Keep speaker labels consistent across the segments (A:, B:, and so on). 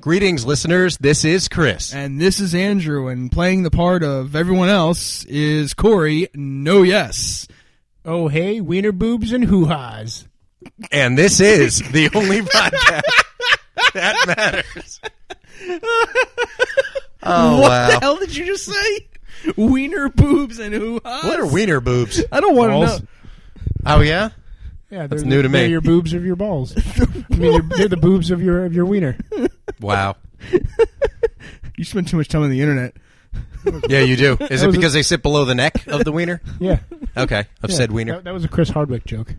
A: Greetings, listeners. This is Chris.
B: And this is Andrew, and playing the part of everyone else is Corey. No, yes.
C: Oh, hey, wiener boobs and hoo ha's.
A: And this is the only podcast that matters. Oh,
B: what
A: wow.
B: the hell did you just say? Wiener boobs and hoo ha's.
A: What are wiener boobs?
B: I don't want to
C: Balls.
B: know.
A: Oh, yeah?
C: Yeah,
A: That's
C: they're-
A: new to me.
C: They're your boobs of your balls. I mean, they're, they're the boobs of your of your wiener.
A: Wow.
B: You spend too much time on the internet.
A: Yeah, you do. Is it
C: That was a-
A: because they sit below the neck of the wiener?
C: Yeah,
A: Okay. I've
C: yeah.
A: said wiener.
C: That, that was a Chris Hardwick joke.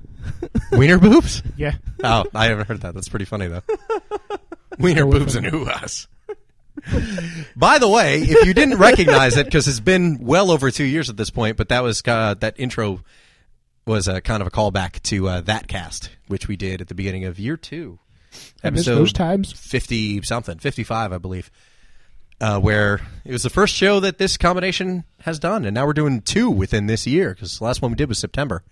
A: Wiener boobs?
C: Yeah,
A: Oh, I haven't heard that. That's pretty funny though. Wiener boobs and hoo-has. By the way, if you didn't recognize it, because it's been well over two years at this point, but that was uh, that intro was uh, kind of a callback to uh, that cast, which we did at the beginning of year two,
C: I miss those times.
A: fifty something, fifty five, I believe, uh, where it was the first show that this combination has done, and now we're doing two within this year because the last one we did was September.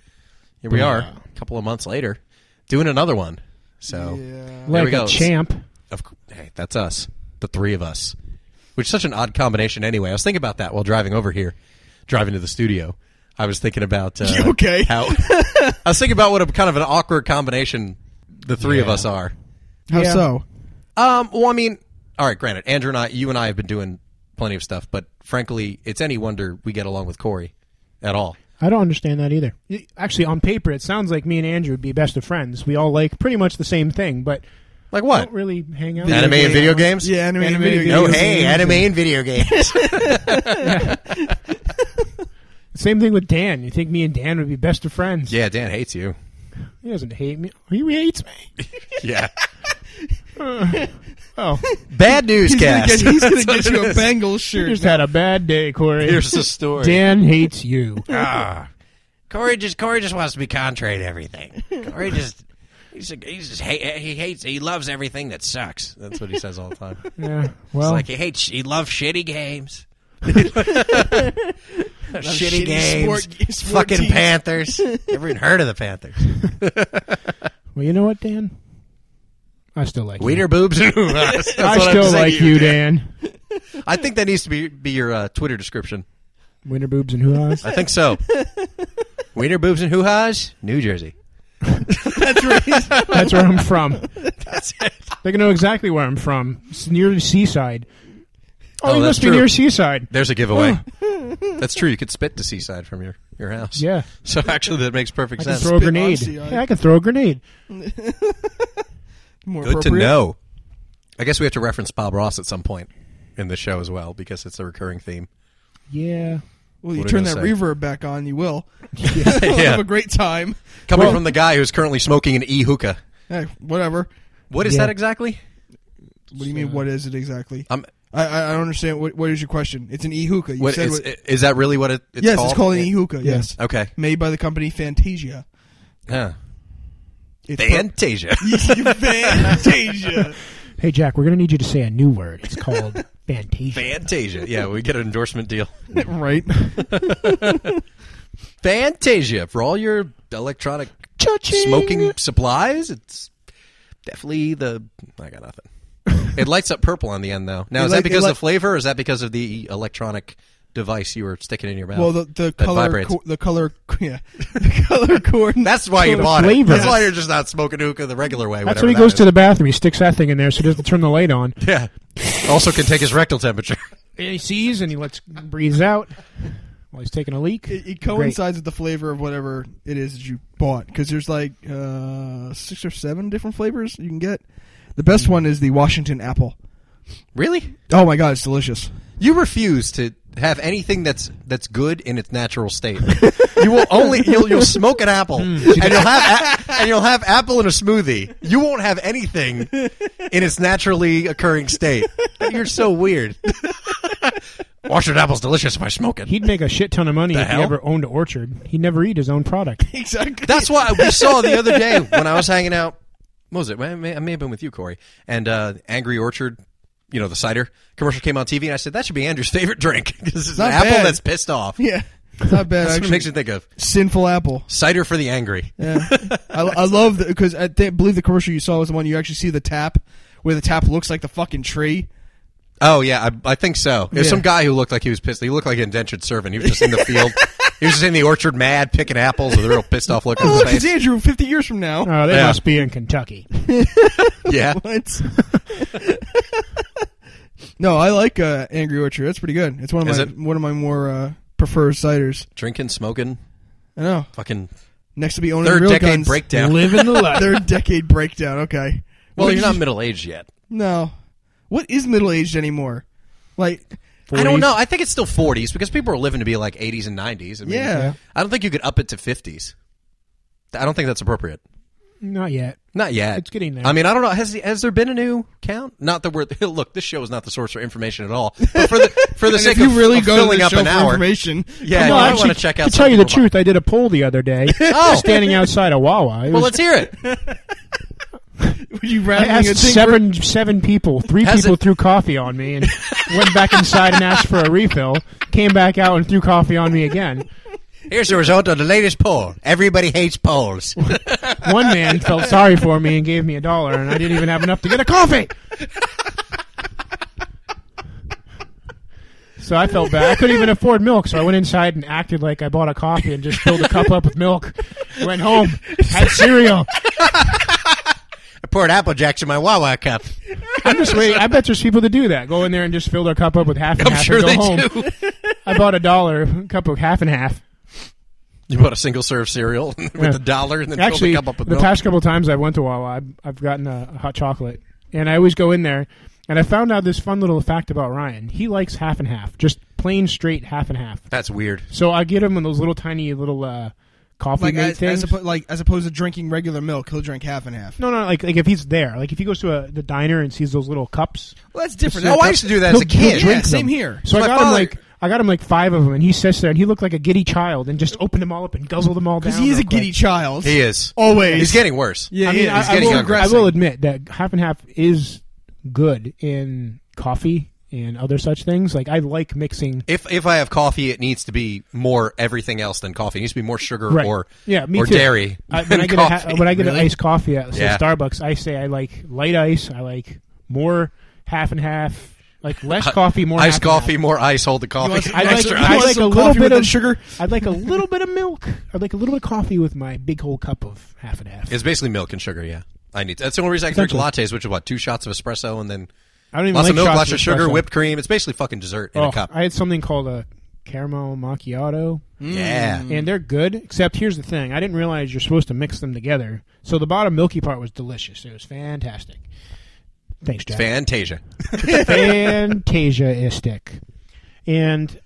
A: Here we are,
C: Yeah.
A: a couple of months later, doing another one. So
B: Yeah.
A: There
C: Like
A: we go.
C: a champ.
A: of cou- hey, that's us, the three of us, which is such an odd combination. Anyway, I was thinking about that while driving over here, driving to the studio. I was thinking about uh,
B: You okay?
A: How I was thinking about what a kind of an awkward combination the three of us are.
B: How
C: Yeah.
B: so?
A: Um, well, I mean, all right, granted, Andrew and I, you and I have been doing plenty of stuff, but frankly, it's any wonder we get along with Corey at all.
C: I don't understand that either. Y- Actually, on paper, it sounds like me and Andrew would be best of friends. We all like pretty much the same thing, but
A: Like what?
C: don't really hang out.
A: Anime and video games?
B: Yeah, anime, and
C: Anime
B: video
C: video
A: No,
B: games.
A: hey, anime and video games.
C: Same thing with Dan. You think me and Dan would be best of friends?
A: yeah, Dan hates you.
C: He doesn't hate me. He hates me.
A: Yeah.
C: Oh,
A: Bad news
B: He's gonna
A: cast.
B: get, he's gonna
A: That's what
B: get you
A: it
B: a
A: is.
B: Bengals
C: you
B: shirt.
C: just had a bad day, Corey.
A: Here's the story.
C: Dan hates you.
A: Ah. Corey just Corey just wants to be contrary to everything. Corey just he's, he's just hate, he hates he loves everything that sucks. That's what he says all the time. It's
C: Yeah. Well,
A: like he hates he loves shitty games. shitty,
B: shitty
A: games.
B: sport- sport
A: fucking
B: teams.
A: Panthers. Never even heard of the Panthers.
C: well, you know what, Dan? I still like
A: Wiener
C: you.
A: boobs and hoo-has. That's
C: I
A: what I'm
C: still
A: saying
C: like
A: to
C: you, Dan.
A: I think that needs to be be your uh, Twitter description.
C: Wiener boobs and hoo-haws.
A: I think so. Wiener boobs and hoo-has, New Jersey.
C: That's where I'm from. They can know exactly where I'm from. It's near the seaside. Oh,
A: Oh,
C: you
A: that's
C: must be
A: true.
C: near seaside.
A: There's a giveaway. That's true. You could spit to seaside from your, your house.
C: Yeah.
A: So actually, that makes perfect
C: I can
A: sense.
C: throw a
B: Spit on
C: grenade.
B: sea ice.
C: Yeah, I can throw a grenade.
B: More
A: Good to
B: appropriate.
A: know. I guess we have to reference Bob Ross at some point in the show as well because it's a recurring theme.
C: Yeah.
B: Well, you
A: What
B: turn
A: did I
B: that
A: say?
B: reverb back on, you will. You'll
A: Yeah.
B: Have a great time.
A: Coming
C: Well-
A: from the guy who's currently smoking an e hookah.
B: Hey, whatever.
A: What is
C: Yeah.
A: that exactly?
B: What do you mean? What is it exactly?
A: Um,
B: I I, I don't understand. What What is your question? It's an e hookah. You
A: what
B: said
A: is,
B: what,
A: is that really what it, it's
B: yes,
A: called?
B: it's called an e hookah.
C: Yeah.
B: Yes,
A: Okay.
B: made by the company Fantasia.
A: Yeah.
B: It's
A: Fantasia.
B: pro- Fantasia.
C: Hey, Jack, we're going to need you to say a new word. It's called fantasia.
A: Fantasia. Yeah, we get an endorsement deal.
B: right.
A: Fantasia for all your electronic
C: Cha-ching!
A: smoking supplies. It's definitely the. I got nothing. it lights up purple on the end, though. Now,
B: It
A: is
B: light-
A: that because
B: it
A: of
B: light-
A: the flavor, or is that because of the electronic device you were sticking in your mouth?
B: Well, the the
A: that
B: color
A: vibrates.
B: co- the color yeah the color coordinate.
A: That's why you
C: the
A: bought it.
C: flavor.
A: That's why you're just not smoking hookah the regular way.
C: That's
A: whatever
C: when he
A: that
C: goes
A: is.
C: to the bathroom. He sticks that thing in there so he doesn't turn the light on.
A: Yeah. Also, can take his rectal temperature.
C: And he sees and he lets breathes out while he's taking a leak.
B: It, it coincides with the flavor of whatever it is that you bought because there's like uh, six or seven different flavors you can get. The
A: Mm.
B: best one is the Washington apple.
A: really?
B: Oh my god, it's delicious.
A: You refuse to have anything that's that's good in its natural state. you will only you'll, you'll smoke an apple
B: Hmm.
A: and you'll have a, and you'll have apple in a smoothie. You won't have anything in its naturally occurring state. You're so weird. Washington apple's delicious if I smoke it.
C: He'd make a shit ton of money if
A: hell?
C: he ever owned an orchard. He'd never eat his own product.
B: Exactly.
A: That's what we saw the other day when I was hanging out. What was it? I may, I may have been with you, Corey. And uh, Angry Orchard, you know, the cider commercial came on TV, and I said that should be Andrew's favorite drink because it's an
B: Not
A: apple
B: bad.
A: that's pissed off.
B: yeah, it's not bad.
A: That's what
B: actually.
A: it makes you think of
B: Sinful apple.
A: cider for the angry.
B: Yeah, I, I love because I th- believe the commercial you saw was the one you actually see the tap where the tap looks like the fucking tree.
A: Oh yeah, I, I think so. There's
B: Yeah.
A: some guy who looked like he was pissed. He looked like an indentured servant. He was just in the field. he was just in the orchard, mad, picking apples with a real pissed off look on
B: Oh,
A: his
B: look, it's
A: face.
B: Andrew. Fifty years from now.
C: Oh, they
A: Yeah.
C: must be in Kentucky.
A: Yeah,
B: What? no, I like uh, Angry Orchard. That's pretty good. It's one of
A: Is
B: my
A: it?
B: one of my more uh, preferred ciders.
A: drinking, smoking,
B: I know.
A: fucking
B: Next to be owning
A: third
B: real
A: decade
B: guns.
A: breakdown.
C: Living the life.
B: Third decade breakdown. Okay.
A: Well,
B: What
A: you're
B: is-
A: not middle aged yet.
B: No. What is middle aged anymore? Like,
A: I don't
C: 40s.
A: know. I think it's still 40s because people are living to be like 80s and 90s. I mean,
B: yeah.
C: yeah.
A: I don't think you could up it to 50s. I don't think that's appropriate.
C: Not yet.
A: Not yet.
C: It's getting there.
A: I mean, I don't know. Has has there been a new count? Not that we're look. This show is not the source for information at all. But for the for the
B: And
A: sake
B: if you
A: of,
B: really
A: of
B: go
A: filling
B: to the
A: up
B: show
A: an
B: for
A: hour,
B: information,
A: yeah,
C: No,
A: you might
C: actually,
A: want to check out.
C: To tell you the
A: something about-
C: truth, I did a poll the other day.
A: Oh.
C: standing outside a Wawa. It
A: Well, let's
C: was-
A: hear it.
B: would you
C: I
B: rather
C: asked seven seven people. Three
A: Has
C: people
A: it-
C: threw coffee on me and went back inside and asked for a refill. Came back out and threw coffee on me again.
A: Here's the result of the latest poll. Everybody hates polls.
C: One man felt sorry for me and gave me a dollar, and I didn't even have enough to get a coffee. So I felt bad. I couldn't even afford milk, so I went inside and acted like I bought a coffee and just filled a cup up with milk. Went home, had cereal.
A: I poured apple jacks in my Wawa cup.
C: I'm just waiting. I bet there's people that do that. Go in there and just fill their cup up with half and
A: I'm
C: half
A: sure
C: and go
A: they
C: home.
A: do.
C: I bought a dollar, a cup of half and half.
A: You bought a single serve cereal with
C: Yeah.
A: a dollar, and then
C: Actually,
A: filled the cup up
C: the
A: with milk.
C: past couple times I went to Wawa, I've, I've gotten a, a hot chocolate, and I always go in there. And I found out this fun little fact about Ryan. He likes half and half, just plain straight half and half.
A: That's weird.
C: So I get him in those little tiny little uh, coffee
B: like
C: mate
B: as,
C: things.
B: as, oppo- like as opposed to drinking regular milk, he'll drink half and half.
C: no, no, like like if he's there, like if he goes to a, the diner and sees those little cups.
B: Well, that's different.
A: Oh, I used to do that as a
B: yeah,
A: kid.
C: drink
B: same
C: them.
B: here.
C: So I
A: my
C: got him
A: father-
C: like I got him like five of them, and he sits there and he looked like a giddy child and just opened them all up and guzzled them all down.
B: Because he is a
C: real quick.
B: giddy child.
A: He is.
B: Always.
A: He's getting worse.
B: Yeah,
C: I
B: he
C: mean,
B: is.
C: I,
A: He's
C: I
A: getting
C: will,
A: younger.
C: I will admit that half and half is good in coffee and other such things. Like I like mixing.
A: If if I have coffee, it needs to be more everything else than coffee. It needs to be more sugar
C: Right.
A: or
C: Yeah, me
A: or
C: too.
A: dairy.
C: I,
A: than
C: when I get a
A: coffee.
C: ha- when I get
B: Really?
C: an iced coffee at say,
A: Yeah.
C: Starbucks, I say I like light ice. I like more half and half, like less coffee, more half
A: Uh, iced
C: and
A: coffee,
C: half.
A: more ice, hold the coffee.
B: want some
C: I like,
B: Extra
C: I
B: ice.
C: like a
B: Some
C: little
B: coffee with
C: bit
B: the
C: of
B: sugar?
C: I'd like a little bit of milk. I'd like a little bit of coffee with my big whole cup of half and half.
A: It's basically milk and sugar. Yeah, I need. That's the only reason I can drink lattes, which is what two shots of espresso and then
C: I don't even
A: lots
C: like
A: of milk,
C: shots
A: lots of sugar,
C: espresso.
A: whipped cream. It's basically fucking dessert in
C: Oh,
A: a cup.
C: I had something called a caramel macchiato.
A: yeah,
C: and they're good. Except here's the thing: I didn't realize you're supposed to mix them together. So the bottom milky part was delicious. It was fantastic. Thanks, Jack.
A: Fantasia.
C: Fantasia-istic. And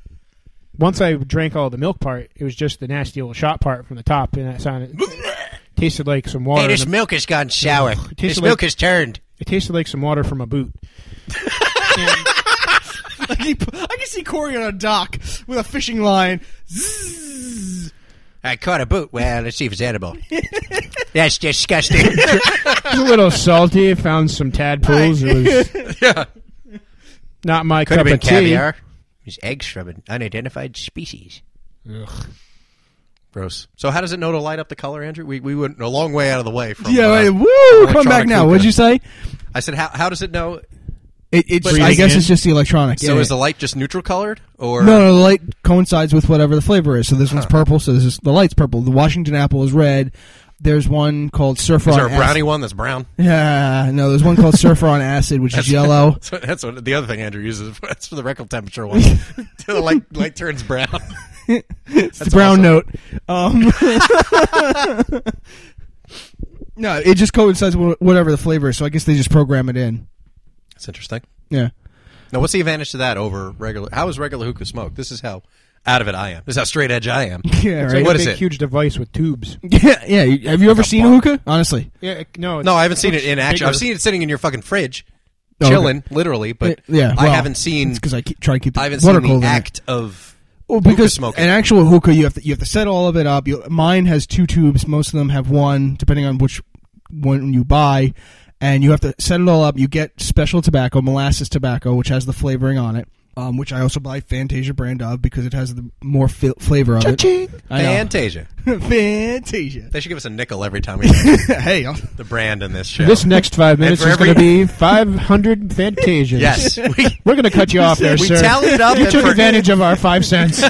C: once I drank all the milk part, it was just the nasty little shot part from the top, and that sounded tasted like some water. in a-
A: milk has gone sour.
C: It tastes This milk like-
A: has turned.
C: it tasted like some water from a boot.
B: I can, I can see Corey on a dock with a fishing line. Zzzz.
A: I caught a boot. Well, let's see if it's edible. That's disgusting.
C: It was a little salty. Found some tadpoles. It was
A: yeah,
C: not my
A: could
C: cup
A: have been
C: of tea.
A: caviar. It's eggs from an unidentified species.
C: Ugh.
A: Gross. So how does it know to light up the color, Andrew? We, we went a long way out of the way from.
B: Yeah,
A: uh,
B: right. woo!
A: electronic
B: Come back now.
A: hookah.
B: What'd you say?
A: I said, how, how does it know?
B: It, it's,
A: Breathing
B: I guess
A: in.
B: it's just the electronic.
A: So
B: yeah.
A: is the light just neutral colored, or
B: no, no, the light coincides with whatever the flavor is. So this one's purple. So this is the light's purple. The Washington apple is red. There's one called Surfer
A: is
B: on
A: there a
B: Acid.
A: brownie one that's brown?
B: Yeah, no, there's one called Surfer on Acid, which is yellow.
A: So that's what the other thing Andrew uses. That's for the rectal temperature one. the light light turns brown.
B: It's the brown
A: awesome.
B: note. Um, no, it just coincides with whatever the flavor is. So I guess they just program it in.
A: That's interesting.
B: Yeah.
A: Now, what's the advantage to that over regular? How is regular hookah smoke? This is how out of it I am. This is how straight edge I am.
B: Yeah,
C: It's
B: right.
C: like
A: What
C: a
A: is
C: big,
A: it?
C: Huge device with tubes.
B: Yeah, yeah. you- Have you ever seen a
A: bar.
B: hookah? Honestly,
C: Yeah, no, it's-
A: No, I haven't seen
C: looks
A: it in action. I've
C: bigger.
A: seen it sitting in your fucking fridge,
B: Oh, okay.
A: chilling, literally. But
B: yeah,
A: I
B: well,
A: haven't seen.
B: because I keep, try to keep the
A: I haven't
B: water
A: seen the
B: cold in it.
A: act of.
B: Well,
A: hookah
B: because
A: smoking.
B: an actual hookah, you have to you have to set all of it up. You, mine has two tubes. Most of them have one, depending on which one you buy. And you have to set it all up. You get special tobacco, molasses tobacco, which has the flavoring on it. um, which I also buy Fantasia brand of because it has the more fi- flavor of it.
C: Cha-ching.
B: I know.
A: Fantasia.
B: Fantasia.
A: They should give us a nickel every time we mention
B: hey, I'll-
A: the brand in this show.
C: This next five minutes
A: for
C: is
A: every-
C: going to be 500 Fantasias.
A: yes, we,
C: We're going to cut you off there,
A: we
C: sir.
A: tally it up
C: you
A: and
C: took
A: for-
C: advantage of our five cents.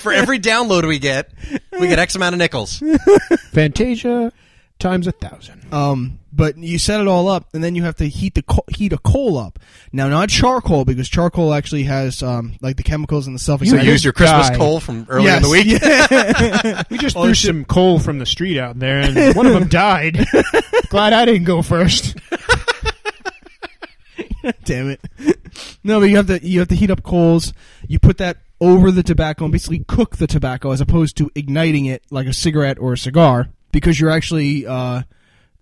A: for every download we get, we get X amount of nickels.
C: Fantasia times a thousand.
B: Um, but you set it all up, and then you have to heat the co- heat a coal up. Now, not charcoal because charcoal actually has um, like the chemicals and the stuff.
A: So
C: You
A: use your Christmas
C: die.
A: coal from earlier in the
B: Yes,
A: week.
C: We just
B: Oh,
C: threw
B: shit.
C: some coal from the street out there, and one of them died. Glad I didn't go first.
B: Damn it! no, but you have to you have to heat up coals. You put that over the tobacco and basically cook the tobacco as opposed to igniting it like a cigarette or a cigar because you're actually uh,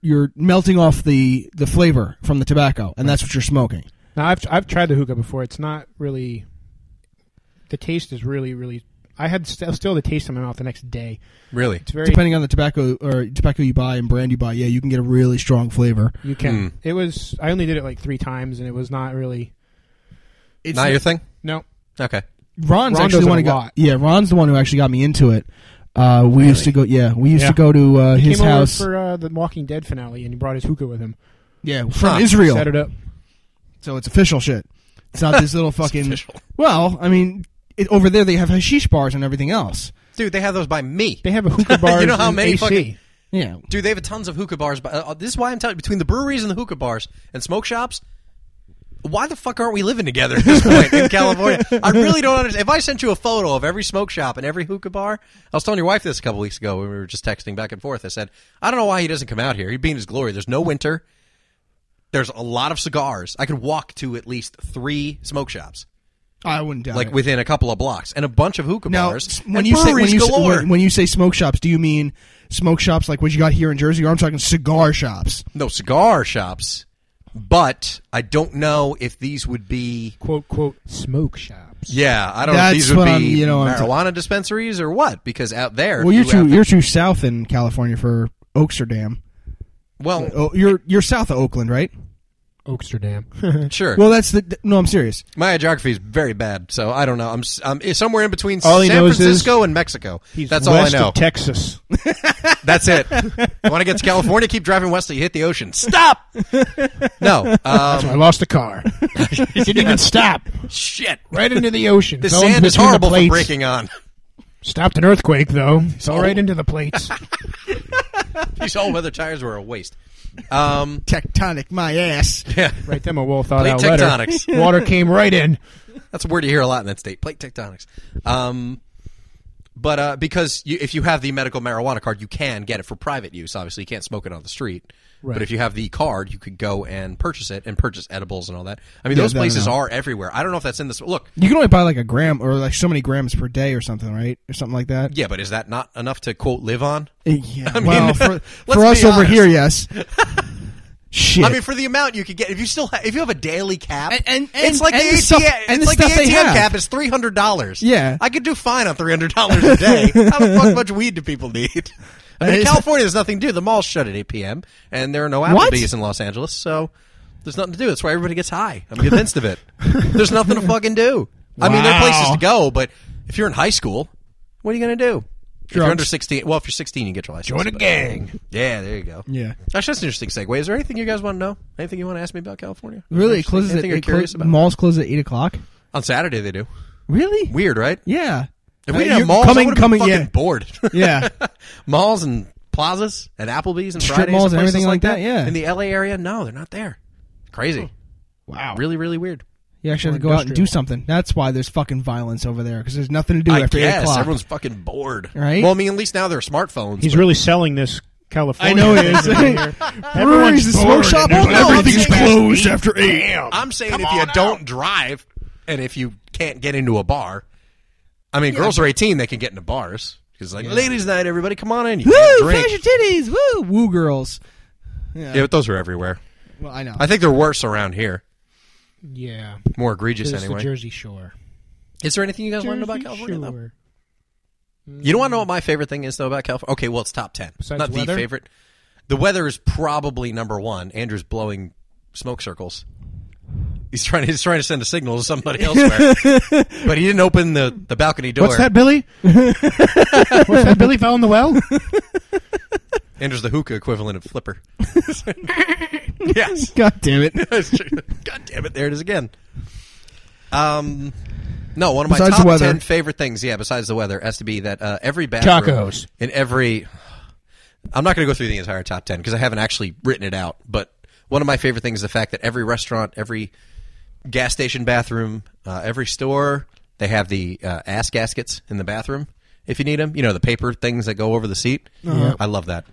B: you're melting off the the flavor from the tobacco, and that's what you're smoking.
C: Now I've I've tried the hookah before. It's not really. The taste is really really. I had st- still the taste in my mouth the next day.
A: Really?
C: It's very
B: Depending on the tobacco or tobacco you buy and brand you buy, yeah, you can get a really strong flavor.
C: you can. Hmm. It was I only did it like three times, and it was not really
B: It's
A: Not your thing?
C: no.
A: Okay.
B: Ron's
C: Ron
B: actually
C: does
B: the one
C: it
B: who
C: a
B: got
C: lot.
B: yeah. Ron's the one who actually got me into it. Uh, we used to go yeah. We used
C: Yeah.
B: to go to uh,
C: He
B: his
C: came
B: house
C: over for uh, the Walking Dead finale, and he brought his hookah with him.
B: yeah from
A: Huh.
B: Israel.
C: Set it up.
B: So it's official shit. It's not this little fucking.
A: official.
B: Well, I mean, it, over there they have hashish bars and everything else.
A: Dude, they have those by me.
C: They have a hookah bar.
A: You know how
C: in
A: many
C: AC.
A: fucking-
B: Yeah,
A: Dude, they have tons of hookah bars. But uh, this is why I'm telling you, between the breweries and the hookah bars and smoke shops, why the fuck aren't we living together at this point in California? I really don't understand. If I sent you a photo of every smoke shop and every hookah bar, I was telling your wife this a couple weeks ago when we were just texting back and forth. I said, I don't know why he doesn't come out here. He'd be in his glory. There's no winter. There's a lot of cigars. I could walk to at least three smoke shops,
B: I wouldn't doubt
A: like
B: it.
A: within a couple of blocks, and a bunch of hookah
B: now
A: bars.
B: s- when
A: and
B: you say when
A: breweries
B: you, s-
A: galore.
B: when, when you say smoke shops, do you mean smoke shops like what you got here in Jersey, or I'm talking cigar shops?
A: no cigar shops, but I don't know if these would be.
C: quote quote smoke shops.
A: Yeah, I don't know if
B: That's
A: these would
B: what
A: be
B: I'm- you know what I'm ta-
A: marijuana dispensaries or what, because out there,
B: Well, you're
A: you
B: too
A: have to-
B: you're too south in California for Oaksterdam.
A: well,
B: Oh, you're you're south of Oakland, right?
C: Oaksterdam.
A: sure.
B: Well, that's the no. I'm serious.
A: My geography is very bad, so I don't know. I'm, s- I'm eh, somewhere in between
C: All he
A: San
C: knows is
A: Francisco and Mexico.
C: He's
A: That's all I
C: west
A: know.
C: Of Texas.
A: That's it. Want to get to California? Keep driving west till you hit the ocean. Stop. No.
C: I
A: Um,
C: lost a car. Didn't even stop.
A: shit.
C: Right into the ocean.
A: The
C: Fell in
A: sand is
C: between the
A: horrible for
C: plates.
A: breaking on.
C: Stopped an earthquake though. Fell right into the plates.
A: These all-weather tires were a waste. Um,
B: Tectonic, my ass.
A: yeah.
C: right them a well thought
A: Plate
C: out
A: tectonics.
C: letter. Water came right in.
A: That's a word you hear a lot in that state. Plate tectonics. Um, but uh, because you, if you have the medical marijuana card, you can get it for private use. Obviously, you can't smoke it on the street. But
C: Right.
A: if you have the card, you could go and purchase it and purchase edibles and all that. I mean,
B: Yeah,
A: those
B: no, no,
A: places
B: no.
A: are everywhere. I don't know if that's in this. Look,
B: You can only buy like a gram or like so many grams per day or something, right? Or something like that.
A: yeah, but is that not enough to quote live on?
B: Yeah.
A: mean,
B: well, for,
A: let's
B: for
A: be
B: us over
A: honest.
B: here, yes. Shit.
A: I mean, for the amount you could get, if you still ha- if you have a daily cap,
B: And- and-
A: it's like
B: and-
A: the
B: and the
A: ATM,
B: stuff- and
A: it's
B: the
A: like the
B: stuff they
A: ATM
B: have.
A: cap is three hundred dollars.
B: Yeah.
A: I could do fine on three hundred dollars a day. How the fuck much weed do people need? I mean, in
B: It's-
A: California, there's nothing to do. The malls shut at eight p.m. and there are no Applebee's
B: What?
A: in Los Angeles, so there's nothing to do. That's why everybody gets high. I'm convinced of it. There's nothing to fucking do. I mean, there are places
C: Wow.
A: to go, but if you're in high school, what are you going to do? If you're
B: Drugs.
A: under sixteen, well, if you're sixteen, you get your license.
C: Join a
A: but-
C: gang.
A: Yeah, there you go.
B: yeah.
A: Actually, that's an interesting segue. Is there anything you guys want to know? Anything you want to ask me about California?
B: Really, it
A: Anything-
B: closes at
A: anything you're
B: it clo-
A: curious about?
B: malls close at eight o'clock.
A: On Saturday they do.
B: Really?
A: Weird, right?
B: Yeah.
A: If
B: Uh,
A: we didn't have
B: you're
A: malls,
B: coming,
A: I would
B: coming,
A: fucking
B: yeah,
A: bored.
B: yeah.
A: malls and plazas and Applebee's and
B: Strip
A: Fridays
B: malls and
A: places
B: everything like that, yeah.
A: In the LA area, no, they're not there. Crazy.
B: Wow.
A: Really, really weird.
B: You actually have to go
C: Or
B: out and do
C: industrial.
B: something. That's why there's fucking violence over there because there's nothing to do
A: I
B: after eight
A: guess
B: o'clock.
A: everyone's fucking bored,
B: Right?
A: Well, I mean, at least now there are smartphones.
C: He's
A: but-
C: really selling this California.
B: I know it
C: thing
B: is.
C: over here.
B: Breweries, the
C: Everyone's
B: smoke
C: bored
B: shop,
C: and
A: all-
C: they're
A: Oh, no,
C: like,
A: everything's
B: closed after eight.
A: I'm saying if you don't drive and if you can't get into a bar, I mean, girls are 18, they can get into bars. Because like, ladies' night, everybody, come on in. You can
B: Woo!
A: drink.
B: Flash your titties. Woo! Woo, girls.
A: Yeah, but those are everywhere.
B: Well, I know.
A: I think they're worse around here.
C: Yeah,
A: More
C: this
A: egregious,
C: is the
A: anyway.
C: Jersey Shore.
A: is there anything you guys want to know about
C: Jersey
A: California? though?
C: Shore.
A: You don't want to know what my favorite thing is though about California. Okay, well it's top ten.
C: Besides
A: Not the
C: weather?
A: favorite. The weather is probably number one. Andrew's blowing smoke circles. He's trying. He's trying to send a signal to somebody elsewhere, but he didn't open the, the balcony door.
C: What's that, Billy? What's that, Billy? Fell in the well?
A: Enters the hookah equivalent of flipper. yes.
B: God damn it.
A: That's true. God damn it! There it is again. Um, no, one of my
B: Besides the
A: top
B: weather.
A: ten favorite things. Yeah, besides the weather, has to be that uh, every bathroom
C: Tacos.
A: in every. I'm not going to go through the entire top ten because I haven't actually written it out. But one of my favorite things is the fact that every restaurant, every gas station bathroom, uh, every store, they have the uh, ass gaskets in the bathroom if you need them. You know the paper things that go over the seat.
B: Uh-huh.
A: I love that.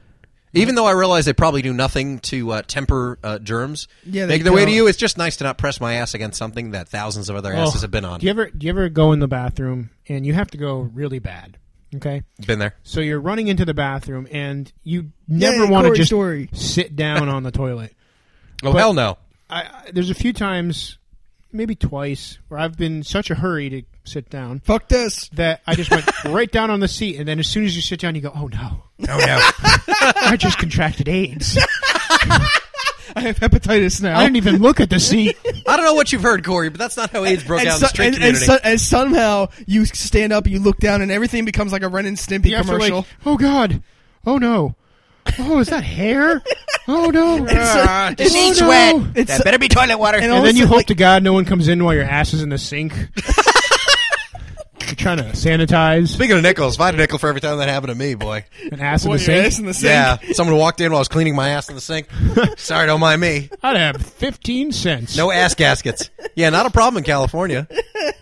A: Even though I realize they probably do nothing to uh, temper uh, germs,
B: Yeah, they
A: make their way to
B: don't. Oh,
A: you. It's just nice to not press my ass against something that thousands of other asses have been on.
C: Oh. Do you ever do you ever go in the bathroom and you have to go really bad? Okay,
A: Been there.
C: so you're running into the bathroom and you never
B: Yay,
C: want to
B: Corey
C: just
B: Story.
C: sit down on the toilet.
A: Oh hell no!
C: I, I, there's a few times, maybe twice, where I've been in such a hurry to sit down
B: Fuck this.
C: that I just went right down on the seat, and then as soon as you sit down, you go, "Oh no,
A: Oh no!
C: I just contracted AIDS.
B: I have hepatitis now.
C: I didn't even look at the seat."
A: I don't know what you've heard, Corey, but that's not how AIDS broke out in
B: so-
A: the straight
B: and- and
A: community.
B: so- and somehow you stand up, you look down, and everything becomes like a Ren and Stimpy
C: You have to, like,
B: commercial.
C: oh god, oh no, oh is that hair? Oh no,
B: Ah,
C: just oh,
B: eats
C: no.
B: wet.
A: That
B: it's-
A: better be toilet water.
B: and
C: And
B: Also,
C: then you hope
B: like-
C: to God no one comes in while your ass is in the sink. You're trying to sanitize
A: Speaking of nickels, if I had a nickel for every time that happened to me, boy.
C: an ass in the
B: Put your
C: sink.
B: ass in the sink.
A: Yeah, someone walked in while I was cleaning my ass in the sink. Sorry, don't mind me.
C: I'd have fifteen cents.
A: No ass gaskets. Yeah, not a problem in California.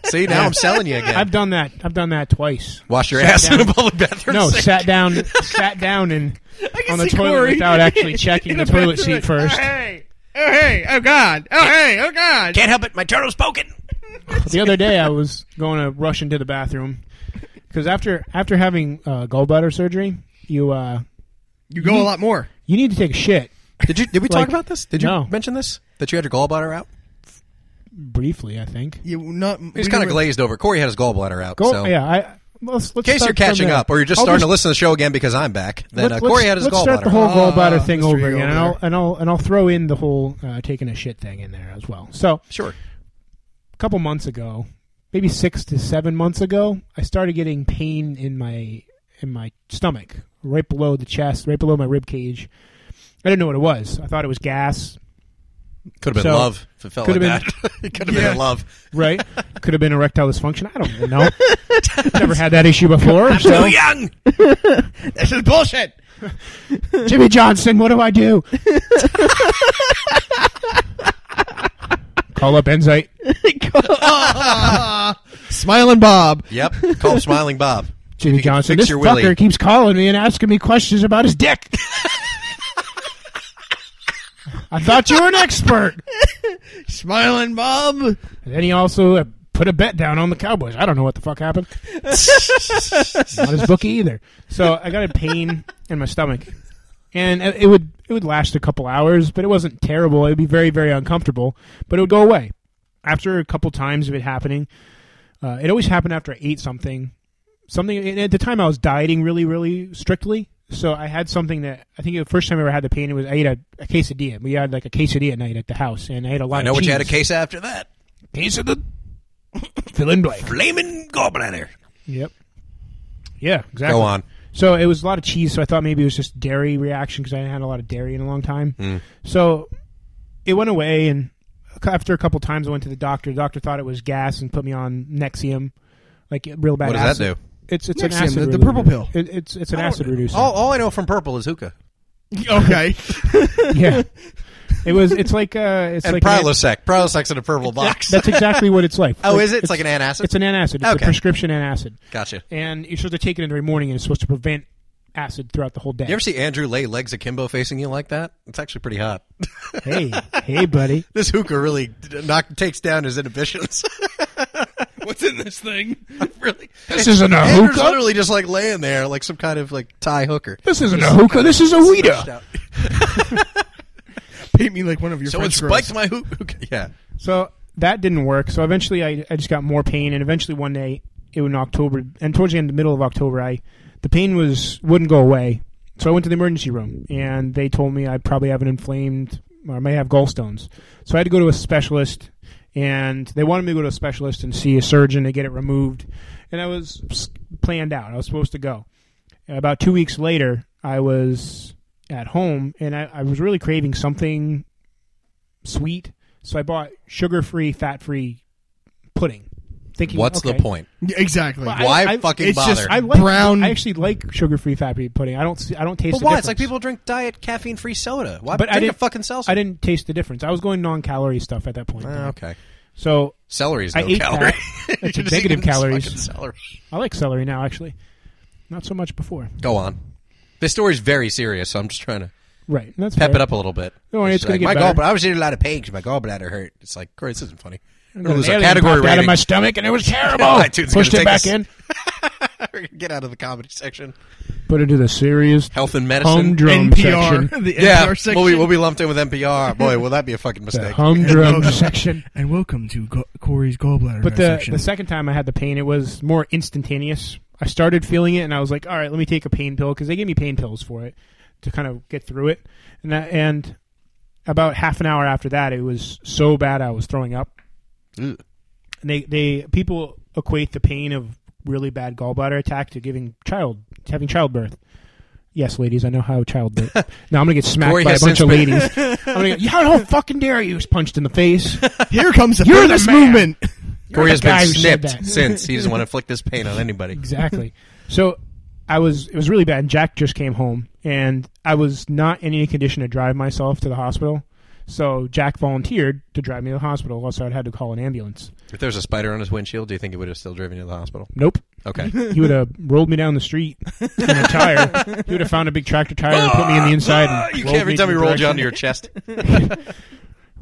A: See, now I'm selling you again.
C: I've done that. I've done that twice.
A: Wash your ass in a public bathroom.
C: No,
A: sink.
C: sat down, sat down, and
B: can
C: on the
B: see
C: toilet
B: Corey
C: without actually
B: in
C: checking the
B: the
C: toilet
B: bathroom.
C: seat first.
B: hey, oh hey, oh god, oh hey, oh god.
A: Can't help it. My turtle's poking.
C: the other day I was going to rush into the bathroom because after after having uh, gallbladder surgery, you uh,
B: You go a lot more.
C: you need to take a shit
A: Did you? Did we
C: Like,
A: talk about this? Did you
C: no.
A: mention this? That you had your gallbladder out?
C: briefly. I think.
B: You not.
A: He was kind of glazed over. Corey had his gallbladder out.
C: Go,
A: so,
C: yeah. I, let's, let's
A: in case
C: start
A: you're
C: from
A: catching
C: there.
A: up, or you're just
C: I'll
A: starting to listen to the show again because I'm back, then uh,
C: let's-
A: Corey had his
C: let's
A: gallbladder. Oh,
C: start the whole
A: out.
C: gallbladder
B: Ah,
C: thing
B: Mr.
C: over again, and I'll
B: Gallbladder.
C: and I'll and I'll throw in the whole uh, taking a shit thing in there as well. So
A: Sure.
C: a couple months ago, maybe six to seven months ago, I started getting pain in my in my stomach, right below the chest, right below my rib cage. I didn't know what it was. I thought it was gas.
A: Could have been
C: So-
A: love if it felt like
C: Could have
A: that. it could have
B: Yeah.
A: been in love.
C: Right? Could have been erectile dysfunction. I don't even know. Never had that issue before. So.
A: Too young.
B: This is bullshit.
C: Jimmy Johnson, what do I do? Call up Enzyte.
B: Smiling Bob.
A: Yep. Call smiling Bob. If
C: Jimmy
A: you can
C: Johnson.
A: fix
C: This
A: your
C: fucker
A: willy.
C: keeps calling me and asking me questions about his dick. I thought you were an expert.
B: Smiling Bob.
C: And then he also uh, put a bet down on the Cowboys. I don't know what the fuck happened. Not his bookie either. So I got a pain in my stomach, and uh, it it would it would last a couple hours, but it wasn't terrible. It would be very very uncomfortable, but it would go away after a couple times of it happening. Uh, it always happened after I ate something. Something and at the time I was dieting really really strictly. So I had something that I think the first time I ever had the pain it was I ate a, a quesadilla. We had like a quesadilla night at the house, and I ate a lot.
A: I know
C: of
A: what
C: cheese.
A: you had a case after that.
C: Piece of the fill in blank.
A: Flaming gallbladder.
C: Yep. Yeah, exactly.
A: Go on.
C: So it was a lot of cheese, so I thought maybe it was just dairy reaction because I hadn't had a lot of dairy in a long time.
A: Hmm.
C: So it went away, and after a couple times, I went to the doctor. The doctor thought it was gas and put me on Nexium, like real bad.
A: What does that
C: acid.
A: do?
C: It's it's
B: Nexium,
C: an acid
B: the- the
C: reliever.
B: purple pill. Oh.
C: It, it's it's an acid reducer.
A: All, all I know from purple is hookah
B: Okay.
C: yeah. It was. It's like uh. It's
A: and
C: like an an-
A: Prilosec. Prilosec's in a purple box.
C: That's exactly what it's like.
A: oh, is it? It's, like an
C: It's
A: antacid.
C: an antacid. It's a
A: Okay.
C: prescription antacid.
A: Gotcha.
C: and you're supposed to take it in every morning, and it's supposed to prevent acid throughout the whole day.
A: You ever see Andrew lay legs akimbo facing you like that? It's actually pretty hot.
C: hey, hey, buddy.
A: this hookah really d- knock, takes down his inhibitions.
B: What's in this thing?
A: really,
C: This isn't a
A: Andrew's
C: hookah.
A: literally just like laying there like some kind of like Thai hooker.
C: This isn't a hookah. This is a weeda.
B: Paint me like one of your
A: Someone
B: French girls.
A: spiked my hook- hookah. Yeah,
C: So that didn't work. So eventually, I, I just got more pain, and eventually one day, it was in October, and towards the end, the middle of October, I the pain was wouldn't go away. So I went to the emergency room, and they told me I probably have an inflamed, or I may have gallstones. So I had to go to a specialist, and they wanted me to go to a specialist and see a surgeon to get it removed. And I was s- planned out. I was supposed to go. And about two weeks later, I was at home and I, I was really craving something sweet, so I bought sugar-free, fat-free pudding. Thinking,
A: What's
C: okay,
A: the point?
B: Yeah, exactly.
C: Well,
A: Why
C: I- I-
A: fucking
B: it's
A: bother?
B: just-
C: I like
B: Brown-
C: I actually like sugar-free fat-free pudding. I don't. see- I don't taste.
A: but
C: the
A: why? It's
C: difference.
A: like people drink diet caffeine free soda. Why
C: But I
A: drink a
C: didn't-
A: fucking seltzer?
C: I didn't taste the difference. I was going non-calorie stuff at that point.
A: Ah, okay.
C: So
A: Celery is
C: I
A: no
C: ate
A: calorie.
C: that. That's
A: You're
C: a
A: just
C: negative
A: eating
C: calories.
A: fucking Celery.
C: I like celery now, actually. Not so much before.
A: Go on. This story's very serious, so I'm just trying to
C: Right. That's
A: pep
C: fair.
A: it up a little bit.
C: Don't worry, it's
A: She's
C: gonna
A: like,
C: get
A: my
C: better."
A: gallbladder. I was eating a lot of pain 'cause my gallbladder hurt. It's like, Corey, this isn't funny. I'm
C: An
A: gonna lose our
C: alien
A: category
C: popped out of
A: rating.
C: my stomach, and it was terrible.
A: iTunes is
C: Pushed
A: gonna take
C: it back
A: us.
C: in.
A: We're gonna get out of the comedy section.
C: Put it to the serious
A: Health and medicine.
C: humdrum
B: NPR,
C: section.
B: the
A: yeah,
B: NPR section.
A: we'll be, we'll be lumped in with NPR. Boy, will that be a fucking
C: The
A: mistake?
C: humdrum section.
B: and welcome to Go- Corey's gallbladder
C: But the,
B: dissection.
C: the second time I had the pain, it was more instantaneous. I started feeling it, and I was like, "All right, let me take a pain pill," because they gave me pain pills for it to kind of get through it. And I, and about half an hour after that, it was so bad I was throwing up.
A: Ugh.
C: And they they people equate the pain of really bad gallbladder attack to giving child to having childbirth. Yes, ladies, I know how childbirth. now I'm gonna get smacked
A: Corey
C: by a
A: has
C: bunch
A: since
C: of
A: been-
C: ladies. I'm gonna get, how fucking dare you? He's punched in the face.
B: Here comes the
C: You're the
B: feminist
C: man.
B: movement.
A: Corey has
C: the guy
A: been
C: who said
A: snipped
C: that.
A: since he doesn't want to inflict this pain on anybody.
C: Exactly. so I was it was really bad. Jack just came home and I was not in any condition to drive myself to the hospital. So Jack volunteered to drive me to the hospital, or else I'd had to call an ambulance.
A: If there was a spider on his windshield, do you think he would have still driven you to the hospital?
C: Nope.
A: Okay.
C: He would have rolled me down the street in a tire. He would have found a big tractor tire and put me in the inside. And
A: Ah! you
C: rolled
A: can't every
C: me
A: time
C: to
A: he
C: the
A: rolled you
C: direction.
A: onto your chest.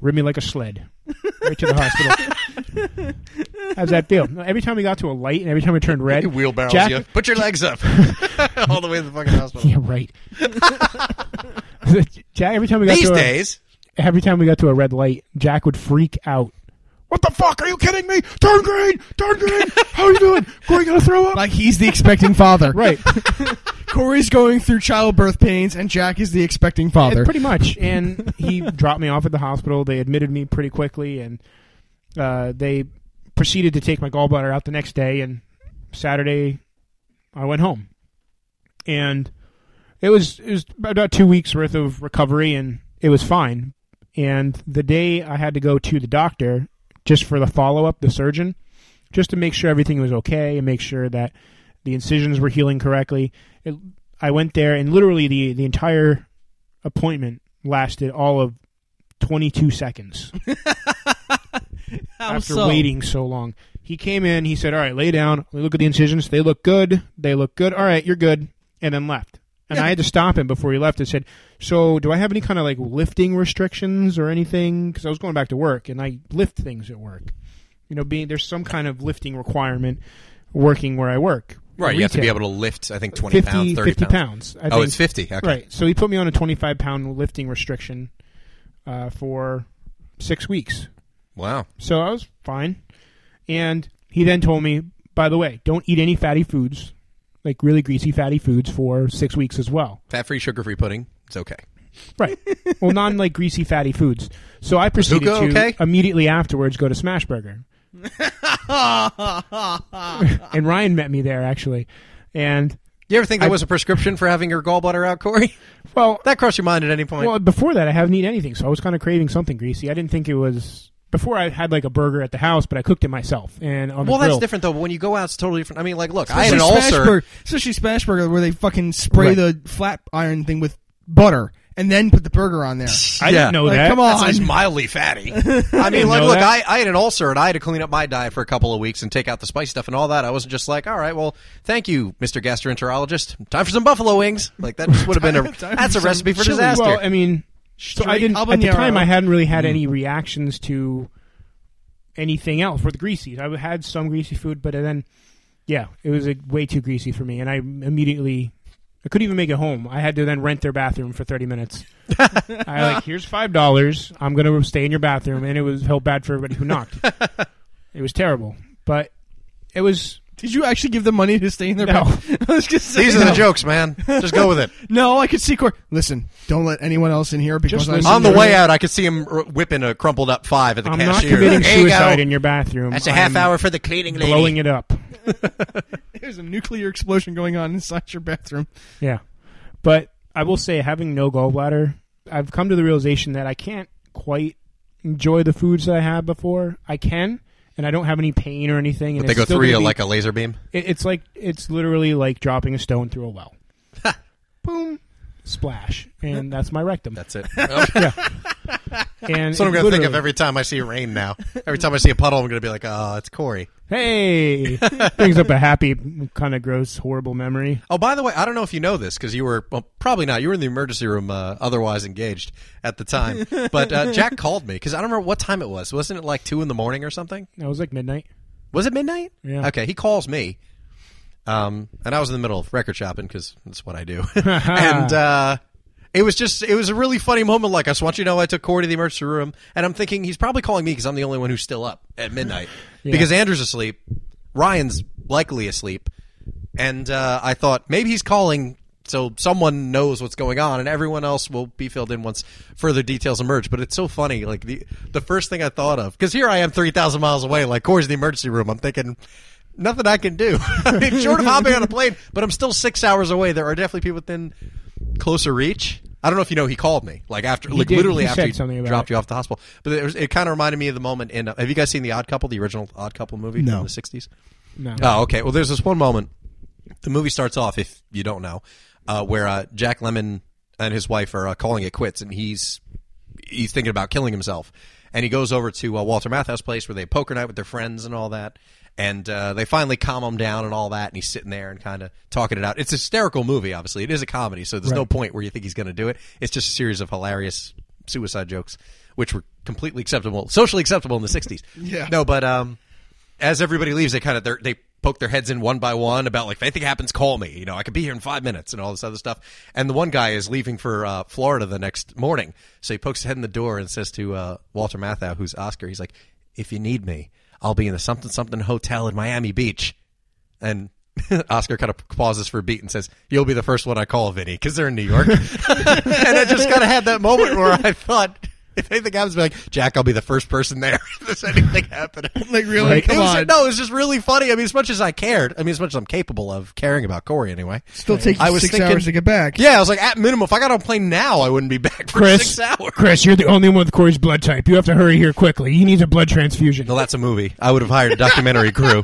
C: rid me like a sled right to the hospital. How's that feel? No, Every time we got to a light and every time we turned red,
A: He wheelbarrows
C: Jack-
A: you. Put your legs up. All the way to the fucking hospital.
C: yeah, right. Jack, every time we got
A: These
C: to a,
A: days,
C: every time we got to a red light, Jack would freak out. What the fuck? Are you kidding me? Turn green! Turn green! How are you doing? Corey gonna throw up?
B: Like he's the expecting father.
C: right.
B: Corey's going through childbirth pains, and Jack is the expecting father.
C: Pretty much. And he dropped me off at the hospital. They admitted me pretty quickly and uh, they proceeded to take my gallbladder out the next day and Saturday I went home. And it was it was about two weeks worth of recovery and it was fine. And the day I had to go to the doctor just for the follow up, the surgeon, just to make sure everything was okay and make sure that the incisions were healing correctly. It, I went there and literally the, the entire appointment lasted all of 22 seconds after waiting so long. He came in, he said, All right, lay down. We look at the incisions. They look good. They look good. All right, you're good. And then left. And I had to stop him before he left and said, So do I have any kind of like lifting restrictions or anything? Because I was going back to work and I lift things at work. You know, being there's some kind of lifting requirement working where I work.
A: right, you have to be
C: Retail.
A: able to lift, I think, 20 pounds, 30
C: 50 pounds. I
A: Oh,
C: think.
A: it's 50. Okay.
C: Right. So he put me on a 25 pound lifting restriction uh, for six weeks.
A: Wow.
C: So I was fine. And he then told me, by the way, don't eat any fatty foods, like really greasy fatty foods, for six weeks as well.
A: Fat free, sugar free pudding. It's okay.
C: Right. well, non like greasy fatty foods. So I proceeded
A: Zuko
C: to
A: okay?
C: immediately afterwards go to Smashburger. and Ryan met me there actually. And
A: You ever think that
C: I-
A: was a prescription for having your gallbladder out, Corey?
C: well,
A: That crossed your mind at any point.
C: Well, before that, I haven't eaten anything, so I was kind of craving something greasy. I didn't think it was before. I had like a burger at the house, but I cooked it myself and on the
A: Well,
C: grill.
A: that's different, though. But when you go out, it's totally different. I mean, like, look, I had an
B: Especially
A: ulcer.
B: Smashburger- especially Smashburger, where they fucking spray
C: Right.
B: the flat iron thing with butter and then put the burger on there.
C: I
A: Yeah.
C: didn't know
B: Like,
C: that.
B: come
A: That's at least
B: on.
A: mildly fatty. I mean, like,
C: know
A: look, I,
C: that.
A: I had an ulcer and I had to clean up my diet for a couple of weeks and take out the spicy stuff and all that. I wasn't just like, all right, well, thank you, Mr. Gastroenterologist. Time for some buffalo wings. Like, that just would have been a,
B: Time for
A: that's a
B: some
A: recipe for
B: chili.
A: disaster.
C: Well, I mean, so I
B: Straight
C: didn't at the
B: habanero.
C: time. I hadn't really had
A: Mm.
C: any reactions to anything else with the greasies. I had some greasy food, but then yeah, it was like, way too greasy for me, and I immediately. I couldn't even make it home. I had to then rent their bathroom for thirty minutes. I like, here's five dollars. I'm gonna stay in your bathroom, and it was felt bad for everybody who knocked. it was terrible, but it was
B: Did you actually give them money to stay in their
C: No.
B: back- I was gonna say,
A: These are the
B: no.
A: jokes, man. Just go with it.
B: No, I could see Corey. Listen, don't let anyone else in here because
C: Just
B: I'm
C: listen.
A: On the
C: Yeah.
A: way out, I could see him r- whipping a crumpled up five at the
C: I'm not
A: cashier.
C: committing
A: There you go.
C: suicide in your bathroom.
A: That's a
C: I'm
A: half hour for the cleaning lady.
C: Blowing it up.
B: There's a nuclear explosion going on inside your bathroom.
C: Yeah. But I will say, having no gallbladder, I've come to the realization that I can't quite enjoy the foods that I had before. I can, and I don't have any pain or anything.
A: But
C: and
A: they
C: it's
A: go
C: still
A: through
C: gonna
A: you
C: be-
A: like a laser beam.
C: It- it's like it's literally like dropping a stone through a well. Boom, splash, and that's my rectum.
A: That's it. That's
C: and
A: what I'm
C: it
A: going to think of
C: literally-
A: every time I see rain now. Every time I see a puddle, I'm going to be like, oh, it's Corey.
C: Hey, brings up a happy, kind of gross, horrible memory.
A: Oh, by the way, I don't know if you know this because you were well, probably not. You were in the emergency room, uh, otherwise engaged at the time. But uh, Jack called me because I don't remember what time it was. Wasn't it like two in the morning or something?
C: That was like midnight.
A: Was it midnight?
C: Yeah.
A: Okay, he calls me, um, and I was in the middle of record shopping because that's what I do. and uh, it was just it was a really funny moment. Like I just want you to know, I took Corey to the emergency room, and I'm thinking he's probably calling me because I'm the only one who's still up at midnight because Andrew's asleep, Ryan's likely asleep, and uh, I thought maybe he's calling. So someone knows what's going on, and everyone else will be filled in once further details emerge. But it's so funny, like the the first thing I thought of, because here I am three thousand miles away, like Corey's in the emergency room. I'm thinking nothing I can do. I mean, short of hopping on a plane, but I'm still six hours away. There are definitely people within closer reach. I don't know if you know. He called me like after, like
C: did.
A: literally
C: He
A: after
C: said
A: he
C: something about
A: dropped
C: it.
A: you off at the hospital. But it, was- it kind of reminded me of the moment in. Uh, have you guys seen the Odd Couple, the original Odd Couple movie
B: No.
A: from the '60s?
C: No.
A: Oh, okay. Well, there's this one moment. The movie starts off, if you don't know, uh, where uh, Jack Lemon and his wife are uh, calling it quits, and he's he's thinking about killing himself, and he goes over to uh, Walter Matthau's place where they have poker night with their friends and all that, and uh, they finally calm him down and all that, and he's sitting there and kind of talking it out. It's a hysterical movie, obviously. It is a comedy, so there's no point where you think he's going to do it. It's just a series of hilarious suicide jokes, which were completely acceptable, socially acceptable in the '60s.
B: Yeah.
A: No, but um as everybody leaves, they kind of they poke their heads in one by one about like if anything happens, call me. You know, I could be here in five minutes and all this other stuff. And the one guy is leaving for uh, Florida the next morning, so he pokes his head in the door and says to uh, Walter Matthau, who's Oscar, he's like, "If you need me, I'll be in the something something hotel in Miami Beach." And Oscar kind of pauses for a beat and says, "You'll be the first one I call, Vinny, because they're in New York." and I just kind of had that moment where I thought. If anything happens, be like Jack, I'll be the first person there. if there's anything happening,
B: Like, really? Come
A: it was,
B: on.
A: No, it was just really funny. I mean, as much as I cared, I mean, as much as I'm capable of caring about Corey anyway.
B: Still takes
A: I was
B: six
A: thinking-
B: hours to get back.
A: Yeah, I was like, at minimum, if I got on a plane now, I wouldn't be back for
C: Chris,
A: six hours.
C: Chris, you're the only one with Corey's blood type. You have to hurry here quickly. He needs a blood transfusion.
A: No, that's a movie. I would have hired a documentary crew.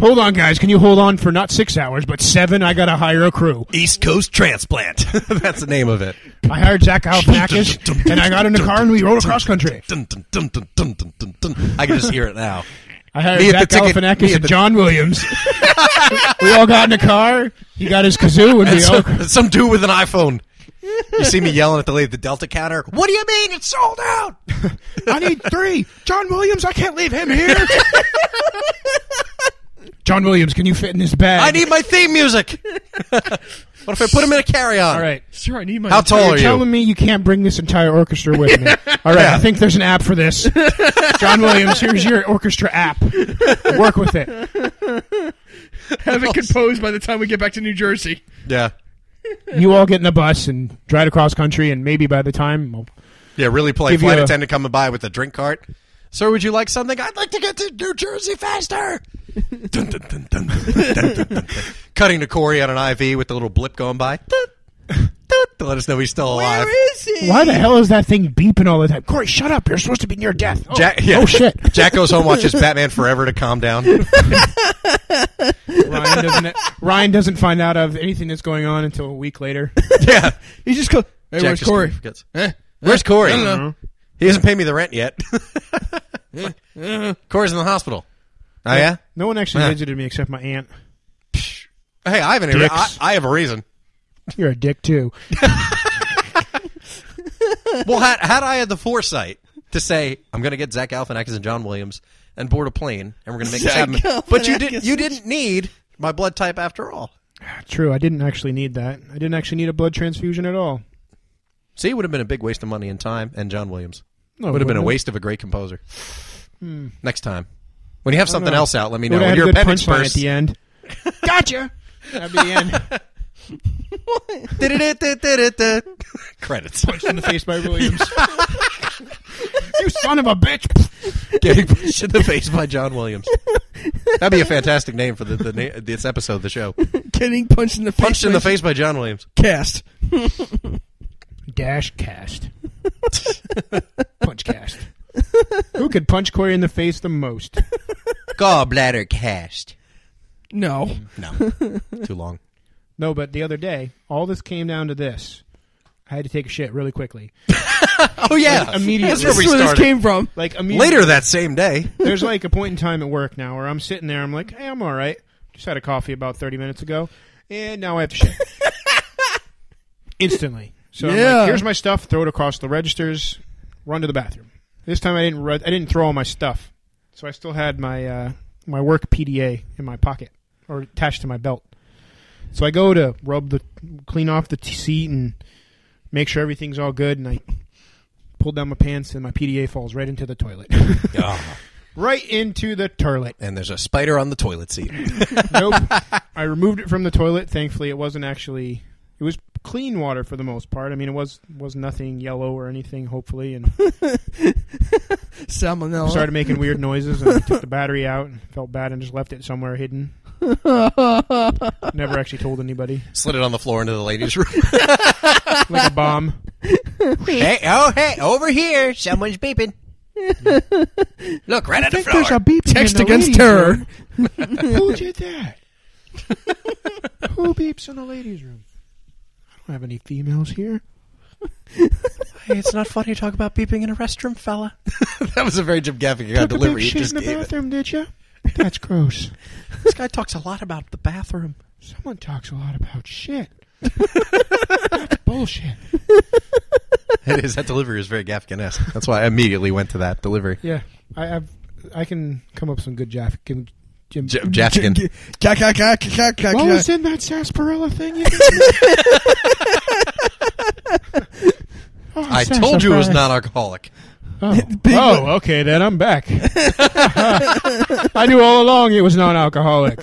C: Hold on, guys. Can you hold on for not six hours, but seven? I gotta hire a crew.
A: East Coast Transplant. that's the name of it.
C: I hired Zach Galifianakis, and I got in the car and we rode across country.
A: Dun, dun, dun, dun, dun, dun, dun, dun. I can just hear it now.
C: I hired
A: Me at
C: Zach
A: the ticket- me at
C: Galifianakis and
A: the-
C: John Williams. we all got in the car. He got his kazoo, and
A: And
C: we all.
A: some, some dude with an iPhone. You see me yelling at the lady at the Delta counter. What do you mean it's sold out?
C: I need three. John Williams, I can't leave him here. John Williams, can you fit in this bag?
A: I need my theme music. what if I put him in a carry-on?
C: All right.
B: Sure, I need my.
A: How tall
C: You're
A: are you?
C: telling me you can't bring this entire orchestra with me. All right, I think there's an app for this. John Williams, here's your orchestra app. Work with it.
B: have it composed by the time we get back to New Jersey.
A: Yeah.
C: You all get in a bus and drive across country, and maybe by the time, well,
A: Yeah, really polite
C: Give you
A: flight
C: a-
A: attendant coming by with a drink cart. Sir, would you like something? I'd like to get to New Jersey faster. Dun, dun, dun, dun, dun, dun, dun, dun. Cutting to Corey on an IV with the little blip going by. Doot, doot, To let us know he's still alive.
B: is he?
C: why the hell is that thing beeping all the time? Corey, shut up! You're supposed to be near death. Oh,
A: Jack, yeah.
C: oh shit!
A: Jack goes home, watches Batman Forever to calm down.
C: Ryan doesn't. Ryan doesn't find out of anything that's going on until a week later.
A: yeah.
B: He just goes. Hey,
A: Jack
B: where's
A: just
B: Corey?
A: forgets.
B: Eh,
A: Where's Corey?
B: I don't know. Eh?
A: He hasn't paid me the rent yet. Corey's in the hospital. Oh, yeah?
C: No one actually
A: Yeah.
C: visited me except my aunt.
A: Hey, I have, an,
C: Dicks.
A: I, I have a reason.
C: You're a dick too.
A: well, had, had I had the foresight to say I'm going to get Zach Galifianakis and John Williams and board a plane and we're going to make this
B: Zach
A: happen, but you
B: Galifianakis.
A: didn't. You didn't need my blood type after all.
C: True, I didn't actually need that. I didn't actually need a blood transfusion at all.
A: See, it would have been a big waste of money and time, and John Williams
C: No,
A: would have been a
C: wouldn't
A: waste of a great composer. Next time, When you have something
C: know.
A: else out, let me
C: Would
A: Hmm. know.
C: have
A: When
C: had a
A: your
C: good
A: appendix
C: punchline at
A: bursts.
C: the end. gotcha. That'd be the end.
A: Credits.
C: Punched in the face by Williams. you son of a bitch.
A: Getting punched in the face by John Williams. That'd be a fantastic name for the, the na- this episode of the show.
B: Getting punched in the face.
A: Punched in the face by John Williams.
B: Cast.
C: Dash cast. punch cast. Who could punch Corey in the face the most?
A: Gallbladder cast.
B: No.
A: No, too long.
C: No, but the other day, all this came down to this. I had to take a shit really quickly.
A: Oh yeah,
C: immediately.
A: That's where
B: This
A: we
B: is where this
A: started.
B: came from.
C: Like immediately,
A: Later that same day.
C: there's like a point in time at work now where I'm sitting there. I'm like, hey, I'm all right. Just had a coffee about 30 minutes ago, and now I have to shit instantly. So I'm like,
B: Yeah.
C: here's my stuff. Throw it across the registers. Run to the bathroom. This time I didn't. Re- I didn't throw all my stuff, so I still had my uh, my work PDA in my pocket or attached to my belt. So I go to rub the clean off the t- seat and make sure everything's all good, and I pull down my pants and my PDA falls right into the toilet. right into the toilet.
A: And there's a spider on the toilet seat.
C: Nope. I removed it from the toilet. Thankfully, it wasn't actually. It was clean water for the most part. I mean, it was was nothing yellow or anything. Hopefully, and
B: Salmonella.
C: started making weird noises. And I took the battery out and felt bad and just left it somewhere hidden. Never actually told anybody.
A: Slid it on the floor into the ladies' room.
C: Like a bomb.
A: hey, oh hey, over here, someone's beeping. Look right at the floor.
C: beep.
B: Text against terror.
C: Who did that? Who beeps in the ladies' room? I don't have any females here.
A: Hey, it's not funny to talk about beeping in a restroom, fella. that was a very Jim Gaffigan kind of
C: Took a big
A: delivery. He
C: shit
A: just
C: in the
A: gave it.
C: bathroom, did you? That's gross.
A: This guy talks a lot about the bathroom.
C: Someone talks a lot about shit. That's bullshit.
A: It is that delivery is very Gaffigan-esque. That's why I immediately went to that delivery.
C: Yeah, I have. I can come up with some good Jaff. Jim. Jim.
A: J- Jaffigan.
B: Ka- ka- ka- ka- ka- ka-
C: what
B: ka.
C: was in that sarsaparilla thing? You oh,
A: I told you it was non-alcoholic.
C: Oh.
B: Big
C: Oh,
B: one.
C: okay, then I'm back. I knew all along it was non-alcoholic.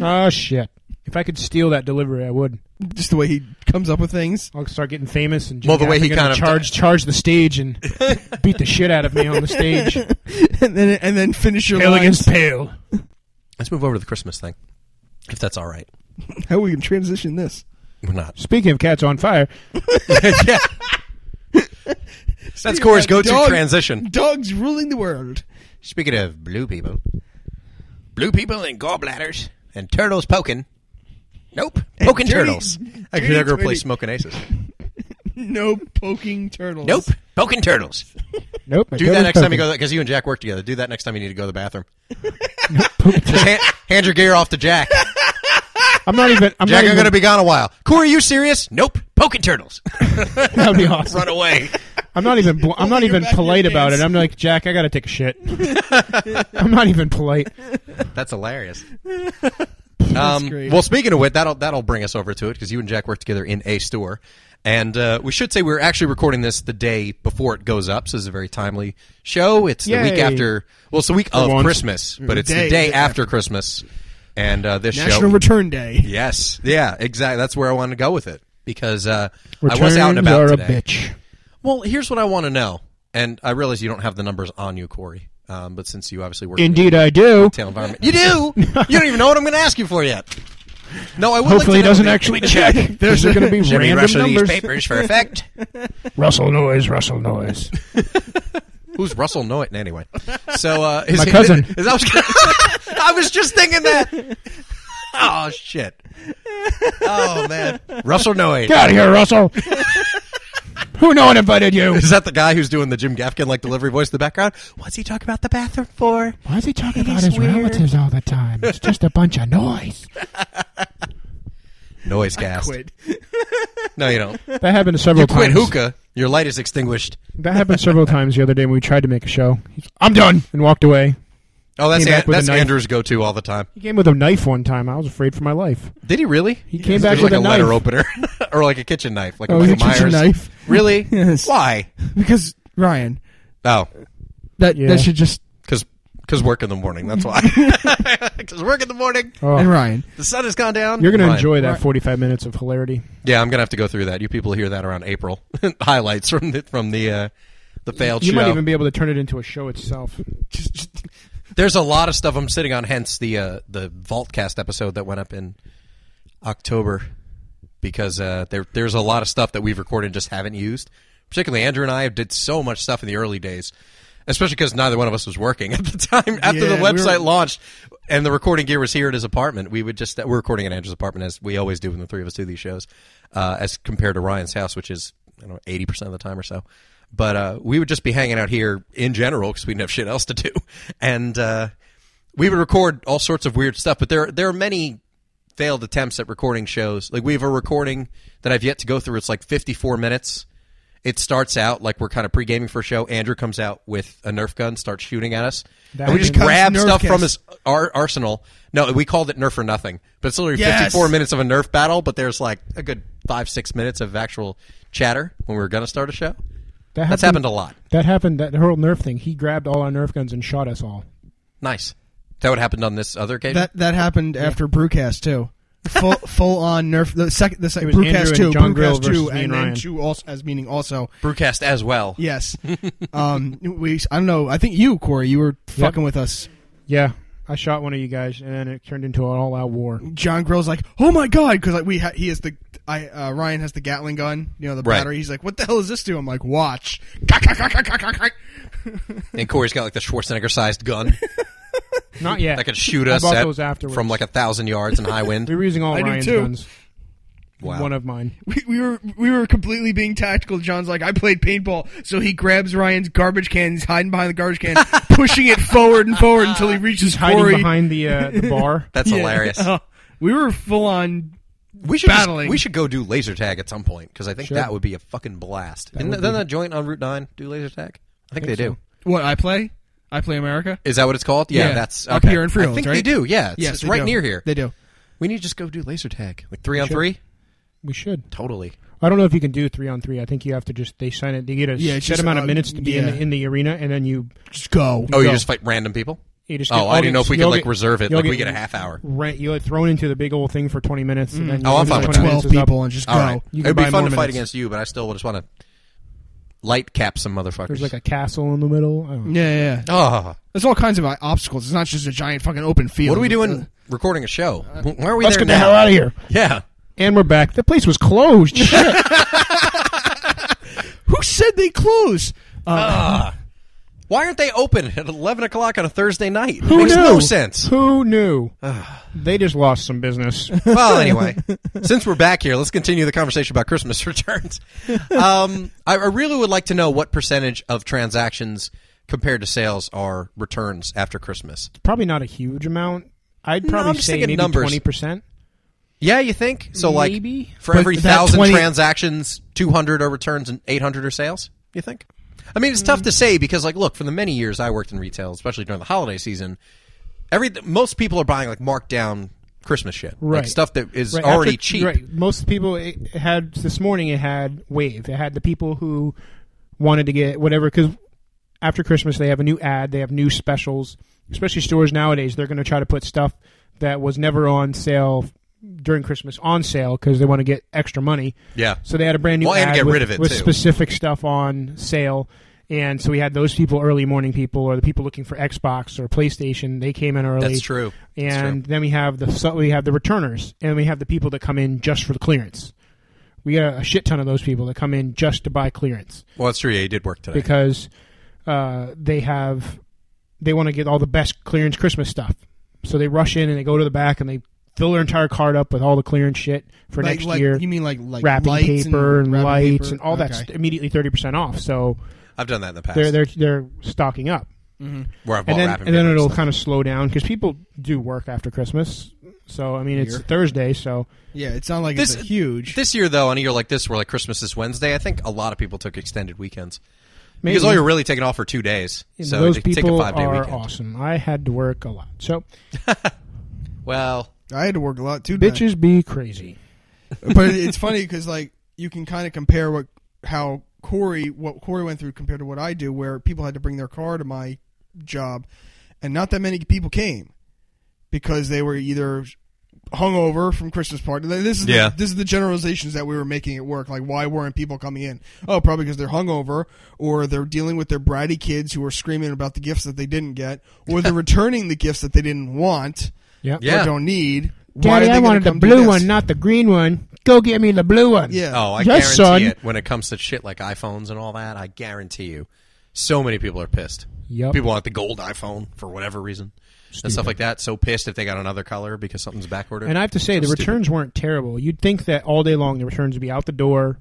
C: oh shit! If I could steal that delivery, I would.
B: Just the way he comes up with things.
C: I'll start getting famous and Jim
A: Well, the way he
C: Gaffigan
A: kind
C: will
A: of-
C: charge charge the stage and beat the shit out of me on the stage,
B: and then and then finish your
C: pale
B: lines.
C: against pale.
A: Let's move over to the Christmas thing, if that's all right.
B: How are we gonna transition this?
A: We're not.
C: Speaking of cats on fire,
A: yeah. That's Corey's go-to
B: Dog-
A: transition.
B: Dogs ruling the world.
A: Speaking of blue people, blue people and gallbladders and turtles poking. Nope, poking
B: dirty-
A: turtles. I could
B: dirty
A: never replace
B: dirty-
A: smoking aces.
B: No poking turtles.
A: Nope, poking turtles.
C: nope. my
A: Do
C: devil's
A: that next time you
C: poking.
A: go because you and Jack work together. Do that next time you need to go to the bathroom. Just hand, hand your gear off to Jack.
C: I'm not even. I'm
A: Jack, I'm
C: not even,
A: going to be gone a while. Corey, you serious? Nope, poking turtles.
C: That'd be awesome.
A: Run away.
C: I'm not even. Bl- I'm not
B: your
C: even
B: back in your
C: polite about it.
B: pants.
C: I'm like Jack. I gotta take a shit. I'm not even polite.
A: That's hilarious.
B: That's
A: Um,
B: great.
A: well, speaking of which, that'll that'll bring us over to it because you and Jack work together in a store, and uh, we should say we're actually recording this the day before it goes up, so it's a very timely show. It's the week
C: Yay.
A: after, well, it's the week of
C: once.
A: Christmas, but it's
B: Day
A: the day
B: after.
A: after Christmas, and uh, this
B: National
A: show.
B: Return Day.
A: yes, yeah, exactly. That's where I wanted to go with it because uh, I
C: Returns
A: was out and about
C: are
A: today.
C: a bitch.
A: Well, here's what I want to know, and I realize you don't have the numbers on you, Corey, um, but since you obviously work in
C: Indeed, I do.
A: retail environment. You do. you don't even know what I'm going to ask you for yet. No, I would
C: Hopefully, he
A: like to know
C: doesn't
A: the-
C: actually check. There's going to be
A: Jimmy
C: random
A: Russell
C: numbers.
A: these papers for effect.
C: Russell noise. Russell noise.
A: Who's Russell Noit anyway? So uh, is
C: My
A: he-
C: cousin.
A: Is, I, was gonna- I was just thinking that. Oh shit! Oh man, Russell Noit.
C: Get out of here, Russell. Who no one invited you?
A: Is that the guy who's doing the Jim Gaffigan like delivery voice in the background? What's he talking about the bathroom for?
C: Why is he talking about
A: is
C: his
A: weird.
C: relatives all the time? It's just a bunch of noise.
A: Noise cast.
B: Quit.
A: No, you don't.
C: That happened several
A: Quit
C: times.
A: hookah. Your light is extinguished.
C: That happened several times the other day when we tried to make a show. He's, I'm done and walked away.
A: Oh, that's
C: Came back
A: An-
C: with a
A: that's
C: knife.
A: Andrew's go-to all the time.
C: He came with a knife one time. I was afraid for my life.
A: Did he really?
C: He came
A: It
C: back
A: was
C: with
A: like a,
C: knife.
A: letter opener or like a kitchen knife, like
B: Oh,
A: a Michael
B: kitchen
A: Myers
B: knife.
A: Really?
B: Yes.
A: Why?
B: Because Ryan,
A: Oh,
B: that
C: Yeah.
B: that should just
A: because Because work in the morning. That's why. Because work in the morning.
C: Oh,
B: and Ryan.
A: The sun has gone down.
C: you're going to
A: Right.
C: enjoy that 45 minutes of hilarity.
A: Yeah, I'm gonna have to go through that. You people hear that around April highlights from the from the uh, the failed
C: You
A: show.
C: might even be able to turn it into a show itself.
A: There's a lot of stuff I'm sitting on. Hence the uh, the Vaultcast episode that went up in October because uh, there there's a lot of stuff that we've recorded and just haven't used. Particularly Andrew and I did so much stuff in the early days, especially because neither one of us was working at the time. After
B: Yeah,
A: the
B: we were-
A: website launched and the recording gear was here at his apartment, we would just we're recording at Andrew's apartment as we always do when the three of us do these shows, uh, as compared to Ryan's house, which is I don't know eighty percent of the time or so. But uh, we would just be hanging out here in general because we didn't have shit else to do, and uh, we would record all sorts of weird stuff. But there there are many failed attempts at recording shows. Like we have a recording that I've yet to go through. It's like 54 minutes. It starts out like we're kind of pre-gaming for a show. Andrew comes out with a Nerf gun, starts shooting at us,
C: That
A: and we just
B: becomes
A: grab stuff
B: Nerfcast.
A: from his ar- arsenal. No, we called it Nerf or Nothing, but it's literally
B: Yes.
A: 54 minutes of a Nerf battle. But there's like a good five, six minutes of actual chatter when we were going to start a show.
C: That
A: That's happened a lot.
C: That happened. That whole Nerf thing. He grabbed all our Nerf guns and shot us all.
A: Nice. That would happen on this other occasion.
B: That that happened after Brewcast too. Full full on Nerf the second the second
C: It was Andrew
B: Brewcast
C: and
B: two
C: John Grill
B: Brewcast
C: versus
B: two
C: me and
B: and then
C: Ryan.
B: two also as meaning also
A: Brewcast as well.
B: yes. um, we I don't know I think you Corey you were fucking with us.
C: Yeah, I shot one of you guys, and then it turned into an all-out war.
B: John Grill's like oh my god because like we ha- he has the I uh, Ryan has the Gatling gun you know the
A: Right.
B: battery he's like what the hell is this do I'm like watch. That's
A: And Corey's got like the Schwarzenegger-sized gun.
C: Not yet.
A: that could shoot
C: I
A: us
C: bought
A: at-
C: those afterwards.
A: from like a thousand yards in high
C: we
A: wind.
C: were using all
B: I do
C: Ryan's
B: too.
C: guns.
A: Wow.
C: One of mine.
B: we, we were we were completely being tactical. John's like, I played paintball, so he grabs Ryan's garbage can. He's hiding behind the garbage can, pushing it forward and forward until he reaches
C: Hiding
B: Corey.
C: behind the uh, the bar.
A: That's
B: Yeah.
A: hilarious.
B: Oh, we were full on.
A: we should just-
B: battling.
A: we should go do laser tag at some point because I think that would be a fucking blast. Isn't that, doesn't that joint on Route Nine do laser tag? I think, they do.
B: What I play? I play America.
A: Is that what it's called? Yeah,
B: Yeah.
A: that's
B: Up
A: okay.
B: here in Freelands,
A: I think they
B: right?
A: do. Yeah, it's,
B: Yes,
A: it's
B: they
A: right
B: do.
A: near here.
B: They do.
A: we need to just go do laser tag, like three on three.
C: We should.
A: Totally.
C: I don't know if you can do three on three. I think you have to just they sign it. They get a
B: Yeah, it's
C: set
B: just,
C: amount
B: uh,
C: of minutes to be in,
B: yeah.
C: the, in the arena, and then you
B: Just go.
A: Oh, you
C: go.
A: just fight random people.
C: you just.
A: Oh,
C: get-
A: I
C: all
A: didn't
C: the-
A: know if we could
C: you'll
A: like
C: get-
A: reserve it.
C: you'll
A: Like we get a half hour.
C: Rent, you get thrown into the big old thing for twenty minutes. And then
A: Oh, I'm
C: the
A: fine
C: other
A: with that.
B: Mm.
C: 20
B: Twelve
C: minutes is up.
B: people and just
A: All right,
B: go.
C: You
A: it would
C: can
A: be
C: buy
A: fun
C: more
A: to fight
C: minutes.
A: against you, but I still would just want to light cap some motherfuckers.
C: There's like a castle in the middle. I don't know.
B: Yeah, yeah, yeah.
A: oh,
B: There's all kinds of uh, obstacles. It's not just a giant fucking open
A: what
B: field.
A: are we
C: Oh
A: doing?
B: Uh,
A: Recording a show? Why are we
C: Uh, Let's
A: there
C: get
A: now?
C: the hell out of here.
A: Yeah.
C: And we're back. The place was closed. Shit.
B: Who said they close? Uh,
A: Why aren't they open at 11 o'clock on a Thursday night? It
C: Who
A: makes
C: knew?
A: no sense.
C: Who knew? they just lost some business.
A: Well, anyway, since we're back here, let's continue the conversation about Christmas returns. Um, I, I really would like to know what percentage of transactions compared to sales are returns after Christmas.
C: probably not a huge amount. I'd probably
A: I'm just
C: say
A: thinking
C: maybe
A: numbers.
C: twenty percent.
A: Yeah, you think? So, like,
C: Maybe.
A: for
B: But
A: every
B: that
A: thousand
B: 20
A: transactions, 200 are returns and 800 are sales, you think? I mean, it's tough to say because, like, look, for the many years I worked in retail, especially during the holiday season, every most people are buying, like, marked down Christmas shit. Like,
C: Right.
A: stuff that is already cheap.
C: Right. Most people it it had this morning. It had wave. It had the people who wanted to get whatever because after Christmas they have a new ad. They have new specials. Especially stores nowadays, they're going to try to put stuff that was never on sale during Christmas on sale because they want to get extra money.
A: Yeah.
C: So they had a brand new
A: Well, and
C: ad
A: get
C: with,
A: rid of it,
C: with
A: too.
C: specific stuff on sale. And so we had those people, early morning people, or the people looking for Xbox or PlayStation. They came in early.
A: That's true. That's true.
C: And then we have the so we have the returners, and we have the people that come in just for the clearance. We got a shit ton of those people that come in just to buy clearance
A: Well, that's true. Yeah, you did work today.
C: because uh, they have they want to get all the best clearance Christmas stuff. So they rush in and they go to the back and they fill their entire card up with all the clearance shit for
B: like,
C: next
B: like,
C: year.
B: You mean like like
C: wrapping
B: lights
C: paper and,
B: wrapping
C: lights
B: paper?
C: and all that's
B: Okay.
C: immediately thirty percent off. So
A: I've done that in the past.
C: they're they're they're stocking up,
A: where I've bought
C: and then
A: wrapping
C: and then
A: paper
C: it'll
A: stuff.
C: kind of slow down because people do work after Christmas. So I mean, it's
B: Here.
C: Thursday, so
B: Yeah, it's not like
A: This-
B: it's a huge.
A: This year, though, on a year like this, where like Christmas is Wednesday, I think a lot of people took extended weekends
C: maybe
A: because all you're really taking off for two days.
C: and
A: so
C: those
A: they take a
C: people
A: five day
C: are
A: weekend.
C: awesome. I had to work a lot, so
A: Well,
B: I had to work a lot too, bitches.
C: bitches be crazy.
B: but it's funny because like you can kind of compare what how Corey what Corey went through compared to what I do, where people had to bring their car to my job, and not that many people came because they were either hungover from Christmas party. Like, This is
A: Yeah.
B: the, this is the generalizations that we were making at work. Like, why weren't people coming in? Oh, probably because they're hungover, or they're dealing with their bratty kids who are screaming about the gifts that they didn't get, or they're returning the gifts that they didn't want
C: Yeah.
A: Yeah.
B: or don't need. Why
C: Daddy,
B: are they
C: I
B: gonna
C: wanted the
B: come do
C: blue
B: this?
C: one, not the green one. Go get me the blue one.
B: Yeah.
A: Oh, I guarantee
C: Yes, son.
A: it. When it comes to shit like iPhones and all that, I guarantee you, so many people are pissed.
C: Yep.
A: People want the gold iPhone for whatever reason and stuff like that. So pissed if they got another color because something's backordered.
C: And I have to say, the
A: stupid.
C: returns weren't terrible. You'd think that all day long the returns would be out the door,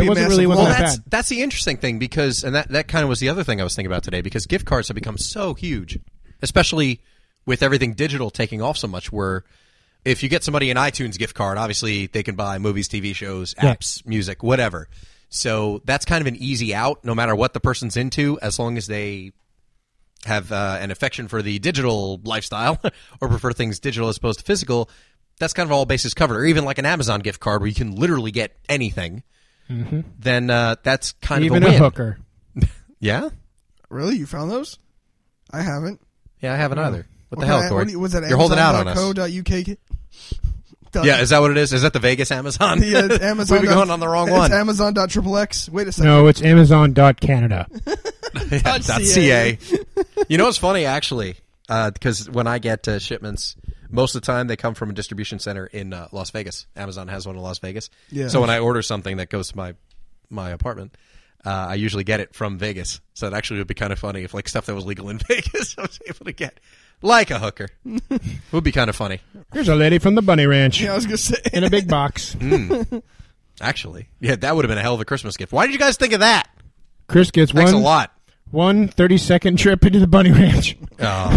B: It'd be
C: it
B: a
C: wasn't
B: massive
C: really wasn't
A: well,
B: not
C: that
A: that's
C: bad.
A: that's the interesting thing because, and that that kind of was the other thing I was thinking about today because gift cards have become so huge, especially with everything digital taking off so much. Where if you get somebody an iTunes gift card, obviously they can buy movies, TV shows,
C: Yeah.
A: apps, music, whatever. So that's kind of an easy out, no matter what the person's into, as long as they have uh, an affection for the digital lifestyle or prefer things digital as opposed to physical, that's kind of all bases covered. Or even like an Amazon gift card where you can literally get anything,
B: Mm-hmm.
A: then uh, that's kind of
C: Even
A: a
C: a
A: win.
C: hooker.
A: Yeah,
B: Really, you found those? I haven't.
A: yeah, I haven't either. What the
B: Okay,
A: hell,
B: what
A: Corey?
B: do you- was that
A: You're holding out on us.
B: Amazon.co.uk?
A: Yeah, is that what it is? Is that the Vegas Amazon?
B: yeah, it's Amazon.
A: We've been going on the wrong one.
B: It's Amazon. Triple X. Wait a second.
C: No, it's Amazon.Canada.
A: Yeah, dot
B: CA.
A: .ca. you know what's funny actually? Because when I get uh, shipments, most of the time they come from a distribution center in uh, Las Vegas. Amazon has one in Las Vegas.
B: Yeah.
A: So when I order something that goes to my my apartment, uh, I usually get it from Vegas. So it actually would be kind of funny if like stuff that was legal in Vegas I was able to get, like a hooker, would be kind of funny.
C: Here's a lady from the Bunny Ranch
B: Yeah, I was gonna say.
C: in a big box.
A: Mm. Actually, yeah, that would have been a hell of a Christmas gift. Why did you guys think of that?
C: Chris gets
A: Thanks a
C: one,
A: lot.
C: one 30 second trip into the Bunny Ranch.
A: Oh, I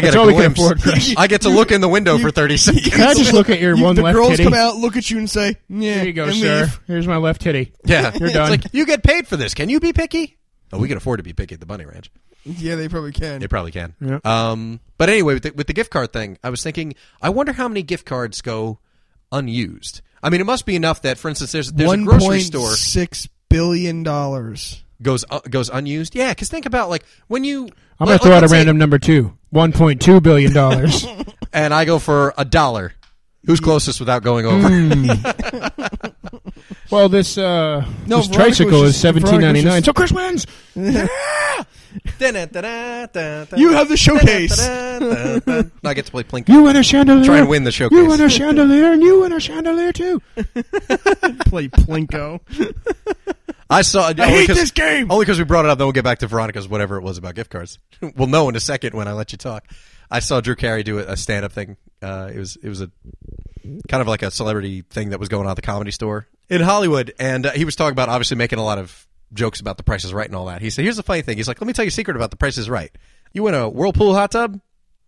A: get
C: That's
A: a
C: all we can
A: glimpse.
C: afford, Chris.
A: I get to look in the window for thirty seconds.
C: Can I just look at your
B: You-
C: one
B: the
C: left
B: girls
C: titty?
B: come out, look at you, and say, "Yeah,
C: Here you go,
B: and
C: sir.
B: leave.
C: Here's my left titty.
A: Yeah,
C: You're done.
A: It's like you get paid for this. Can you be picky? Oh, we can afford to be picky at the Bunny Ranch.
B: Yeah, they probably can.
A: They probably can.
C: Yeah.
A: Um, but anyway, with the, with the gift card thing, I was thinking, I wonder how many gift cards go unused. I mean, it must be enough that, for instance, there's there's a
B: One
A: grocery
B: point
A: store
B: six billion dollars.
A: goes uh, goes unused. Yeah, because think about like when you
C: I'm going to throw out a random number two. $1.2 billion. dollars.
A: and I go for a dollar. Who's closest without going over?
C: Hmm. well, this, uh,
B: No,
C: this
B: Veronica
C: tricycle
B: was
C: is
B: just- Veronica was
C: $17.99.
B: just-
C: So Chris wins.
A: you
B: You have the showcase.
A: now I get to play Plinko.
C: You win a chandelier.
A: Try and win the showcase.
C: You win a chandelier, and you win a chandelier too.
B: Play Plinko.
A: I saw. I
B: hate this game!
A: Only because we brought it up. Then we'll get back to Veronica's whatever it was about gift cards. we'll know in a second when I let you talk. I saw Drew Carey do a, a stand-up thing. Uh, it was it was a kind of like a celebrity thing that was going on at the comedy store in Hollywood, and uh, he was talking about obviously making a lot of jokes about the Price is Right and all that. He said, "Here's the funny thing." He's like, "Let me tell you a secret about the Price is Right. You win a Whirlpool hot tub."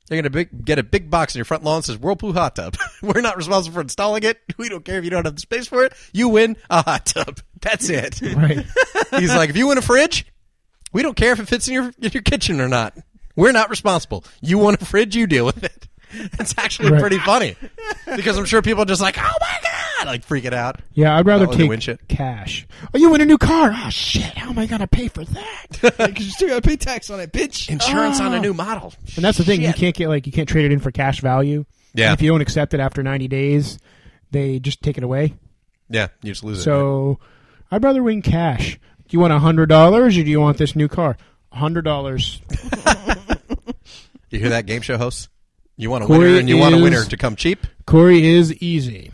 A: They're gonna big, get a big box in your front lawn that says Whirlpool hot tub. We're not responsible for installing it. We don't care if you don't have the space for it. You win a hot tub. That's it.
C: Right.
A: He's like, if you win a fridge, we don't care if it fits in your in your kitchen or not. We're not responsible. You want a fridge, you deal with it. It's actually
C: Right.
A: pretty funny because I'm sure people are just like, oh my god, like freaking out.
C: Yeah, I'd rather
A: Not when they
C: take
A: win shit.
C: cash. Oh, you win a new car. Oh shit! How am I gonna pay for that?
B: Because you still gotta pay tax on it, bitch.
A: Insurance on a new model.
C: and that's the thing. You
A: Shit.
C: can't get like you can't trade it in for cash value.
A: Yeah.
C: And if you don't accept it after 90 days, they just take it away.
A: Yeah, you just lose it.
C: So I'd rather win cash. Do you want a hundred dollars or do you want this new car? Hundred dollars.
A: You hear that game show host? You want a
C: Corey
A: winner and you want a
C: is-
A: winner to come cheap.
C: Corey is easy.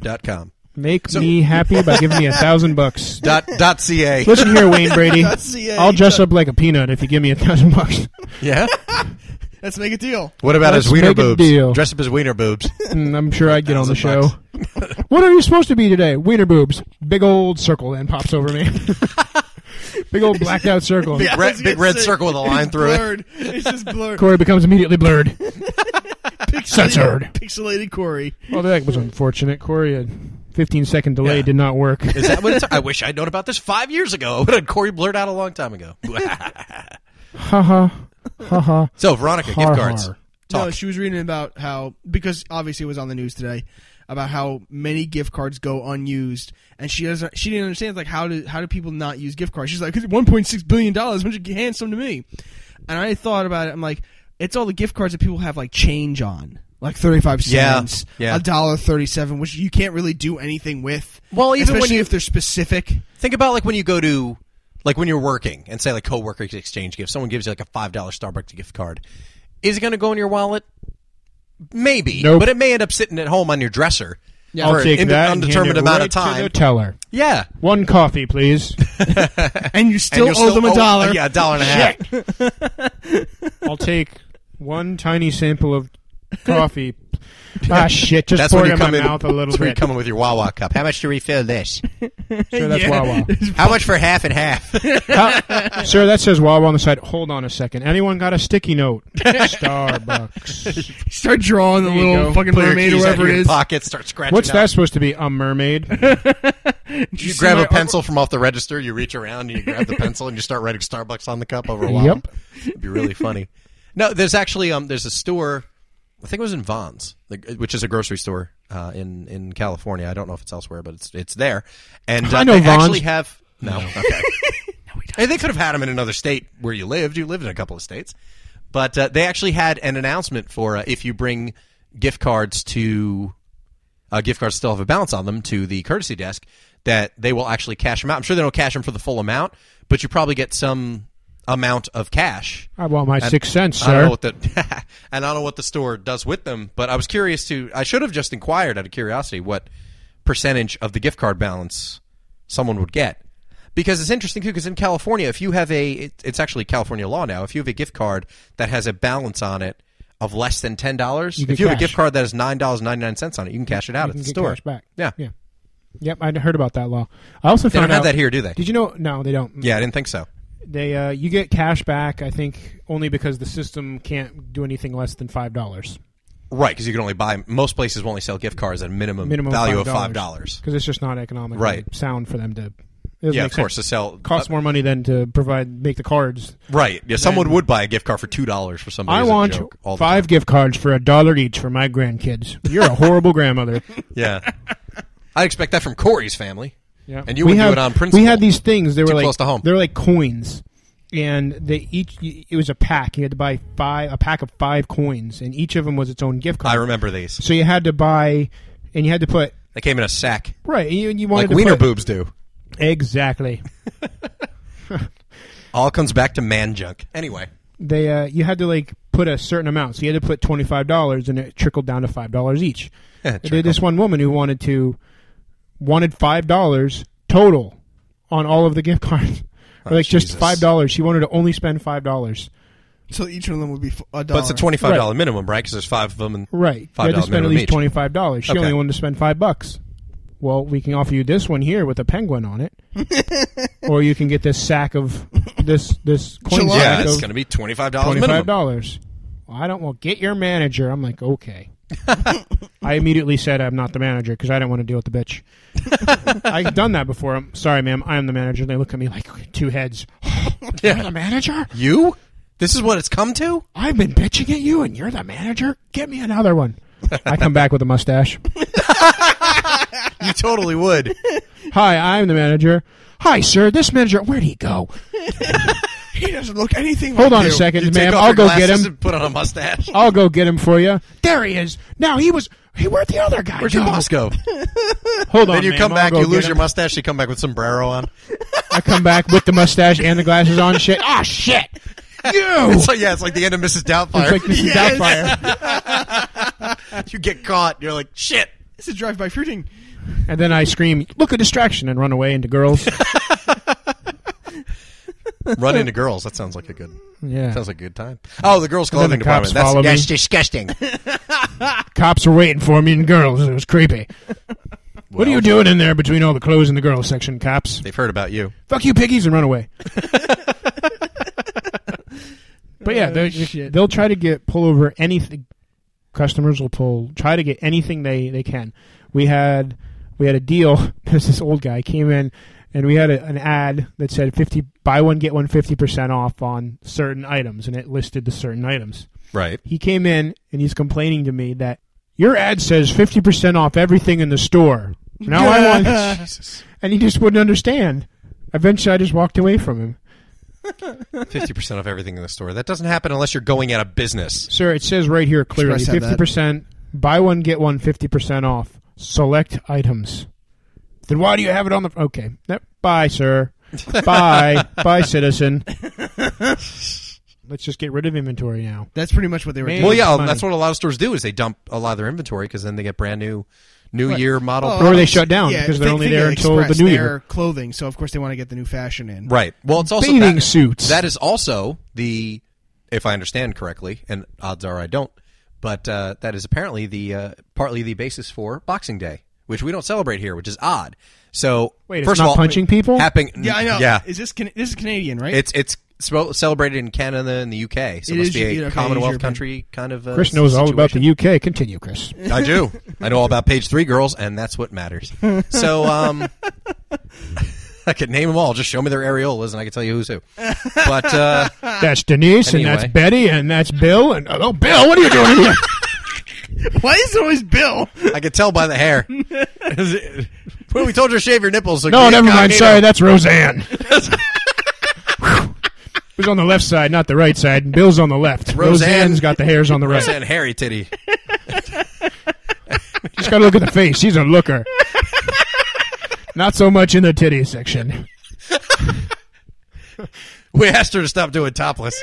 A: Dot com.
C: Make me happy by giving me a thousand bucks.
A: Dot dot ca.
C: Listen here, Wayne Brady.
B: CA.
C: I'll dress up like a peanut if you give me a thousand bucks.
A: Yeah.
B: Let's make a deal.
A: What about
C: Let's
A: his wiener
C: make a
A: boobs?
C: deal.
A: Dress up as wiener boobs.
C: Mm, I'm sure I'd get on the show.
A: Thousand
C: what are you supposed to be today? Wiener boobs. Big old circle then pops over me. Big old blacked out circle.
A: Big red, big red circle with a line through it.
B: blurred. It's just blurred.
C: Corey becomes immediately blurred. Censored.
B: Pixelated Corey.
C: Well, Oh, that was unfortunate. Corey, a 15 second delay
A: Yeah.
C: did not work.
A: Is that what it's? I wish I'd known about this five years ago. What did Corey blurt out a long time ago?
C: Ha ha. Ha ha.
A: so Veronica, gift
C: Har
A: cards.
C: har.
A: Talk.
B: No, she was reading about how because obviously it was on the news today about how many gift cards go unused, and she doesn't. She didn't understand like how do how do people not use gift cards? She's like, it's one point six billion dollars. Why don't you hand some to me? And I thought about it. I'm like, it's all the gift cards that people have like change on, like 35
A: Yeah,
B: cents,
A: yeah.
B: a dollar 37, which you can't really do anything with.
A: Well, even when
B: especially
A: you-
B: if they're specific.
A: Think about like when you go to like when you're working and say like coworkers exchange gifts. Someone gives you like a five dollar Starbucks gift card. Is it going to go in your wallet? Maybe,
C: Nope.
A: but it may end up sitting at home on your dresser
B: Yeah.
A: for
C: I'll
A: an
C: take
A: inde-
C: that and hand
A: undetermined
C: it
A: amount
C: right
A: of
C: To
A: time.
C: the teller.
A: yeah,
C: One coffee, please.
B: And you still
A: And
B: owe
A: you'll
B: them a dollar.
A: Yeah, a dollar and a half.
C: Shit. I'll take one tiny sample of coffee. Ah, shit! Just
A: That's
C: pour
A: when you
C: it in my
A: come in.
C: mouth a little
A: that's when you
C: bit.
A: come in with your Wawa cup. How much to refill this?
C: Sure, that's
B: Yeah.
C: Wawa.
A: How much for half and half?
C: Ah, sir, that says Wawa on the side. Hold on a second. Anyone got a sticky note? Starbucks.
B: Start drawing the
C: There you
B: little
C: go.
B: fucking
A: Pull your
B: mermaid or
A: keys out of
B: whatever
A: your
B: it is.
A: Pocket, start scratching.
C: What's
A: out.
C: that supposed to be? A mermaid?
A: You,
B: see
A: grab
B: my
A: a
B: upper-
A: pencil from off the register. You reach around and you grab the pencil and you start writing Starbucks on the cup over a while.
C: Yep.
A: It'd be really funny. No, there's actually um, there's a store. I think it was in Vons, the- which is a grocery store uh, in in California. I don't know if it's elsewhere, but it's it's there. And uh,
C: I know
A: they
C: Vons.
A: actually have no. Okay. Hey, they could have had them in another state where you lived. You lived in a couple of states, but uh, they actually had an announcement for uh, if you bring gift cards to uh, gift cards still have a balance on them to the courtesy desk that they will actually cash them out. I'm sure they don't cash them for the full amount, but you probably get some amount of cash.
C: I want my six cents,
A: I don't know
C: sir.
A: what the and I don't know what the store does with them, but I was curious to. I should have just inquired out of curiosity what percentage of the gift card balance someone would get, because it's interesting too. Because in California, if you have a, it, it's actually California law now. If you have a gift card that has a balance on it of less than ten dollars,
C: get
A: if you have a
C: cash.
A: gift card that has nine dollars ninety nine cents on it, you can cash it out at
C: can
A: the
C: get
A: store.
C: cash back.
A: Yeah.
C: Yeah. Yep, I heard about that law. I also
A: They
C: found
A: don't have
C: out
A: that here, do they?
C: Did you know? No, they don't.
A: Yeah, I didn't think so.
C: they uh, you get cash back. I think only because the system can't do anything less than five dollars
A: Right, because you can only buy. Most places will only sell gift cards at a minimum,
C: minimum
A: value of
C: $5.
A: five dollars.
C: because it's just not economically
A: Right.
C: sound for them to. it doesn't
A: Yeah,
C: make
A: of course,
C: sense.
A: to sell
C: costs
A: uh,
C: more money than to provide make the cards.
A: Right. Yeah, someone would buy a gift card for two dollars for somebody.
C: I want five gift cards for a dollar each for my grandkids. You're a horrible grandmother.
A: Yeah, I'd expect that from Corey's family.
C: Yeah.
A: And you would do
C: have,
A: it on principle.
C: We had these things. They were
A: Too
C: like
A: close to home.
C: they were like coins, and they each it was a pack. You had to buy five a pack of five coins, and each of them was its own gift card.
A: I remember these.
C: So you had to buy, and you had to put
A: They came in a sack,
C: right. You, you
A: like
C: wanted to
A: wiener
C: put,
A: boobs do.
C: Exactly.
A: All comes back to man junk. Anyway,
C: They uh, you had to like put a certain amount. So you had to put twenty five dollars, and it trickled down to five dollars each. There's this one woman who wanted to wanted five dollars total on all of the gift cards, or like
A: Oh, Jesus.
C: just five dollars. She wanted to only spend five dollars.
B: So each one of them would be f- a dollar.
A: but it's a twenty-five dollar minimum, right? Because there's five of them. And
C: Right.
A: $5
C: you had to spend at
A: minimum
C: least
A: each.
C: twenty five dollars. She
A: Okay.
C: only wanted to spend five bucks. Well, we can offer you this one here with a penguin on it, or you can get this sack of this this coin
B: July.
A: yeah,
C: sack
A: it's
C: of
A: going to be twenty-five dollars
C: twenty five
A: minimum.
C: dollars. Well, I don't. Well, get your manager. I'm like, okay. I immediately said I'm not the manager because I don't want to deal with the bitch. I've done that before. I'm sorry, ma'am. I am the manager. And they look at me like two heads. You're the manager.
A: You? This is what it's come to?
C: I've been bitching at you, and you're the manager. Get me another one. I come back with a mustache.
A: You totally would.
C: Hi, I'm the manager. Hi, sir. This manager, where'd he go?
B: He doesn't look anything.
C: Hold
B: like
C: on a
B: you.
A: You
C: second,
A: take
C: ma'am.
A: off
C: I'll
A: your
C: go
A: glasses
C: get him.
A: And put on a mustache.
C: I'll go get him for you. There he is. Now he was. Hey, where'd the other guy
A: Where'd
C: go?
A: your boss go?
C: Hold on.
A: Then you
C: ma'am,
A: come
C: I'll
A: back,
C: go
A: you
C: get
A: lose
C: him.
A: your mustache, you come back with sombrero on.
C: I come back with the mustache and the glasses on. Shit. Ah, shit. You.
A: It's like, yeah, it's like the end of Mrs. Doubtfire.
C: Oh. It's like Mrs.
A: Yes.
C: Doubtfire.
A: You get caught. You're like, shit.
B: This is drive-by fruiting.
C: And then I scream, "Look a distraction!" and run away into girls.
A: Run into girls. That sounds like a good.
C: Yeah.
A: Sounds like a good time. Oh, the girls' clothing
C: the cops
A: department. That's,
C: follow me.
A: that's disgusting.
C: Cops were waiting for me and girls. It was creepy. what are you
A: Well,
C: doing in there between all the clothes in the girls section, cops?
A: They've heard about you.
C: fuck you piggies and run away but yeah
B: Oh,
C: they're-
B: shit.
C: they'll try to get pull over anything customers will pull try to get anything they, they can we had we had a deal there's this old guy came in and we had a, an ad that said 50 buy one get one 50% off on certain items and it listed the certain items
A: Right.
C: he came in and he's complaining to me that your ad says 50% off everything in the store now i want
A: Jesus.
C: and he just wouldn't understand. Eventually, I just walked away from him.
A: Fifty percent of everything in the store. That doesn't happen unless you're going out of business.
C: Sir, it says right here clearly
B: Express had that.
C: 50%. Buy one, get one 50% off. Select items. Then why do you have it on the. Okay. Nope. Bye, sir. Bye. Bye, citizen. Let's just get rid of inventory now.
B: That's pretty much what they were
C: Man.
B: doing.
A: Well, yeah,
C: money.
A: that's what a lot of stores do is they dump a lot of their inventory because then they get brand new, new
B: Right.
A: year model.
B: Well,
A: products.
C: Or they shut
B: Oh,
C: down
B: Yeah,
C: because they're
B: think-
C: only
B: think
C: there
B: they
C: until the
B: express
C: new
B: their
C: year.
B: clothing, so of course they want to get the new fashion in.
A: Right. Well, it's also
C: Bathing
A: that-
C: suits.
A: That is also the, if I understand correctly, and odds are I don't, but uh, that is apparently the uh, partly the basis for Boxing Day, which we don't celebrate here, which is odd. So
C: Wait, it's
A: first
C: not
A: of all,
C: punching people?
A: Happening?
B: Yeah, I know.
A: Yeah,
B: Is this Can- this is Canadian, right?
A: it's it's spo- celebrated in Canada and the UK, so
B: It
A: it must
B: is
A: be a
B: Eu- okay, it is
A: Commonwealth
B: European.
A: country kind of. Uh,
C: Chris knows all about
A: situation.
C: the UK. Continue, Chris.
A: I do. I know all about page three girls, and that's what matters. So, um, I could name them all. Just show me their areolas, and I can tell you who's who. But uh,
C: That's Denise, and
A: Anyway.
C: that's Betty, and that's Bill, and oh, Bill, what are you doing here?
B: Why is it always Bill?
A: I could tell by the hair. Is it- well, we told you to shave your nipples. So
C: No,
A: be
C: never mind.
A: incognito.
C: Sorry, that's Roseanne. Whew. Who's on the left side, not the right side? And Bill's on the left.
A: Roseanne-
C: Roseanne's got the hairs on the right.
A: Roseanne hairy titty.
C: Just got to look at the face. She's a looker. not so much in the titty section.
A: We asked her to stop doing topless.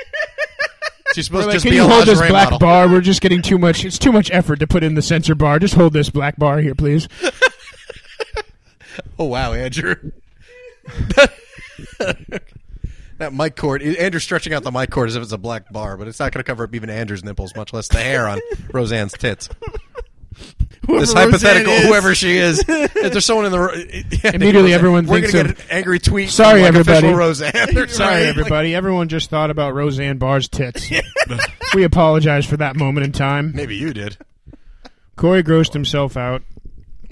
A: She's supposed
C: We're
A: to
C: like,
A: just
C: can
A: be
C: you
A: a
C: hold this
A: lingerie
C: black
A: model.
C: bar? We're just getting too much. It's too much effort to put in the censor bar. Just hold this black bar here, please.
A: Oh wow, Andrew. that mic cord. Andrew's stretching out the mic cord as if it's a black bar, but it's not going to cover up even Andrew's nipples, much less the hair on Roseanne's tits.
B: Whoever
A: This
B: Roseanne
A: hypothetical,
B: is.
A: whoever she is, if there's someone in the ro- yeah,
C: Immediately
A: Roseanne-
C: everyone
A: we're
C: thinks
A: gonna
C: of-
A: get an angry tweet. from,
C: Sorry,
A: like,
C: everybody.
A: official Roseanne. Or
C: Sorry,
A: something.
C: everybody. Everyone just thought about Roseanne Barr's tits. we apologize for that moment in time.
A: Maybe you did.
C: Corey grossed himself out.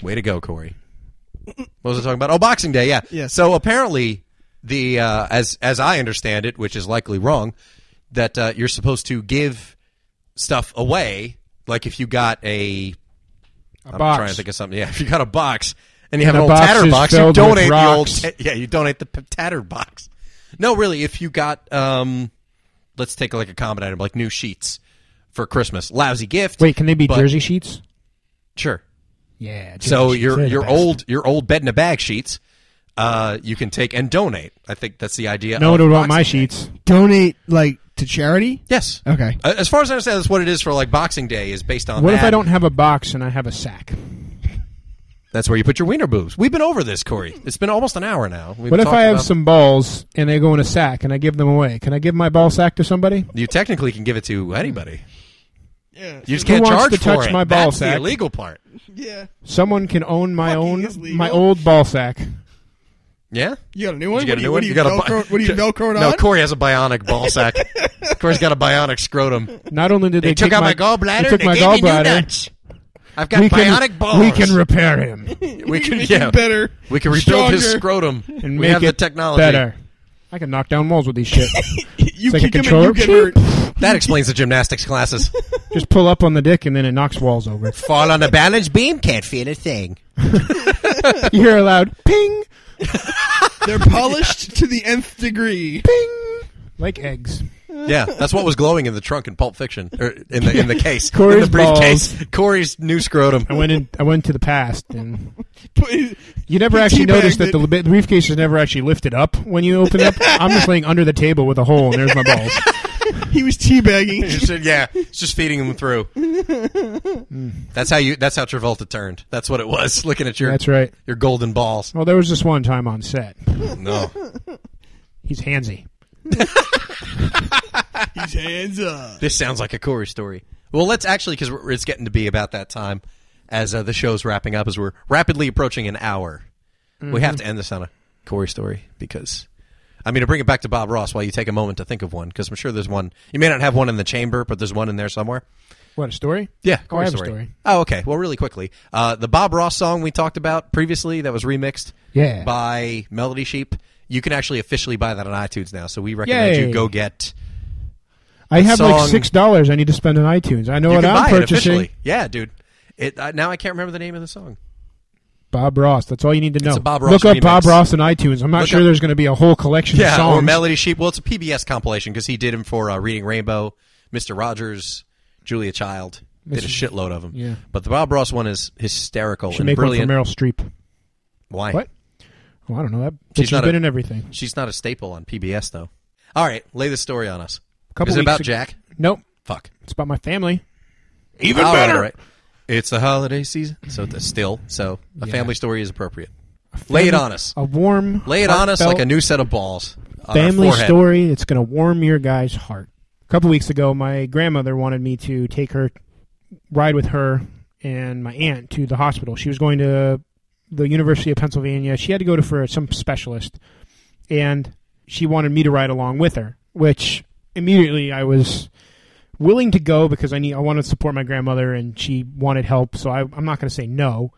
A: Way to go, Corey. What was I talking about? Oh, Boxing Day. Yeah.
B: Yes.
A: So apparently, the uh, as as I understand it, which is likely wrong, that uh, you're supposed to give stuff away. Like if you got a,
C: A
A: I'm
C: box.
A: trying to think of something. Yeah, if you got a box and you have
C: the
A: an old
C: box
A: tatter
C: is
A: box, you
C: filled with
A: donate the old.
C: rocks.
A: ta- yeah, you donate the p- tatter box. No, really, if you got, um, let's take like a common item, like new sheets for Christmas. Lousy gift.
C: Wait, can they be
A: but-
C: jersey sheets?
A: Sure.
C: Yeah. jersey
A: So
C: sheets,
A: your
C: they're the
A: your
C: best.
A: old your old bed in a bag sheets, uh, you can take and donate. I think that's the idea.
C: No
A: of
C: one would want
A: Boxing
C: my
A: Day.
C: sheets.
B: donate like to charity.
A: Yes.
B: Okay.
A: Uh, As far as I understand, that's what it is for like Boxing Day is based on.
C: What if
A: that.
C: I don't have a box and I have a sack?
A: That's where you put your wiener boobs. We've been over this, Corey. It's been almost an hour now. We've
C: What if
A: talked
C: I have
A: about-
C: some balls and they go in a sack and I give them away? Can I give my ball sack to somebody?
A: You technically can give it to anybody.
B: Yeah.
A: You just
C: Who
A: can't
C: wants
A: charge
C: to
A: for
C: touch
A: it.
C: my ball
A: That's
C: sack?
A: the illegal part.
B: Yeah.
C: Someone can own my
B: Fucking
C: own
B: is legal.
C: my old ball sack.
A: Yeah.
B: You got a new one.
A: You got a
B: What do
A: new
B: you-
A: one?
B: What do you
A: got a bi-
B: Velcro? What do you Velcro
A: No,
B: on?
A: Corey has a bionic ball sack. Corey's got a bionic scrotum.
C: Not only did they,
A: They, took
C: take
A: out my,
C: my
A: gallbladder.
C: they took my
A: gave me new
C: gallbladder.
A: nuts. I've got bionic balls.
C: we can repair him.
A: we
B: You
A: can
B: make it
A: yeah.
B: better.
A: We can rebuild his
B: stronger.
A: scrotum.
C: and
A: we
C: make
A: have
C: it
A: the technology.
C: better. I can knock down walls with these shit.
B: You
C: It's like a
B: kick him and you get
C: controller.
B: hurt.
A: That explains the gymnastics classes.
C: Just pull up on the dick and then it knocks walls over.
A: Fall on the balance beam, can't feel a thing.
C: You hear a loud ping,
B: They're polished to the nth degree.
C: ping, like eggs.
A: Yeah, that's what was glowing in the trunk in Pulp Fiction, or in the in the case, in
C: Corey's
A: the briefcase. Corey's new scrotum.
C: I went in. I went to the past, and
B: Put-
C: you never
B: He
C: actually
B: teabagged
C: noticed that
B: it.
C: the, li- the briefcase is never actually lifted up when you open it up. I'm just laying under the table with a hole, and there's my balls.
B: He was teabagging.
A: Just said, yeah, it's just feeding him through. that's how you. That's how Travolta turned. That's what it was. Looking at your
C: That's right.
A: your golden balls.
C: Well, there was this one time on set.
A: No,
C: He's handsy.
B: He's hands up.
A: this sounds like a Corey story. Well, let's actually because it's getting to be about that time as uh, the show's wrapping up as we're rapidly approaching an hour. We have
C: Mm-hmm.
A: to end this on a Corey story because I mean to bring it back to Bob Ross while you take a moment to think of one because I'm sure there's one. You may not have one in the chamber, but there's one in there somewhere.
C: What a story!
A: Yeah,
C: Oh, I have a story.
A: Oh, okay. Well, really quickly, uh, the Bob Ross song we talked about previously that was remixed
C: Yeah.
A: by Melody Sheep. You can actually officially buy that on iTunes now, so we recommend
C: Yay.
A: you go get.
C: I have
A: song-
C: like six dollars I need to spend on iTunes. I know
A: You
C: what
A: can
C: I'm
A: buy it
C: purchasing.
A: officially. Yeah, dude. It, uh, now I can't remember the name of the song.
C: Bob Ross. That's all you need to know.
A: a Bob Ross
C: Look up
A: remix.
C: Bob Ross on iTunes. I'm not
A: Look
C: sure
A: up-
C: there's going to be a whole collection of
A: Yeah,
C: songs.
A: or Melody Sheep. Well, it's a PBS compilation because he did him for uh, Reading Rainbow, Mister Rogers, Julia Child. Did a shitload of them.
C: Yeah.
A: But the Bob Ross one is hysterical
C: Should
A: and
C: make
A: brilliant.
C: one for Meryl Streep.
A: Why?
C: What? Well, I don't know. That
A: She's
C: she's
A: not
C: been
A: a-
C: in everything.
A: She's not a staple on PBS though. All right, lay the story on us.
C: Couple
A: is it
C: weeks
A: about
C: ago-
A: Jack?
C: Nope.
A: Fuck.
C: It's about my family.
A: Even better. It's the holiday season, so it's still so a family story is appropriate. Lay it on us.
C: A warm.
A: Lay it on us like
C: heartfelt
A: a new set of balls. on our
C: family
A: forehead.
C: story. It's going to warm your guy's heart. A couple weeks ago, my grandmother wanted me to take her, ride with her and my aunt to the hospital. She was going to the University of Pennsylvania. She had to go to for some specialist, and she wanted me to ride along with her. Which immediately I was willing to go because I need I wanted to support my grandmother and she wanted help. So I, I'm not going to say no,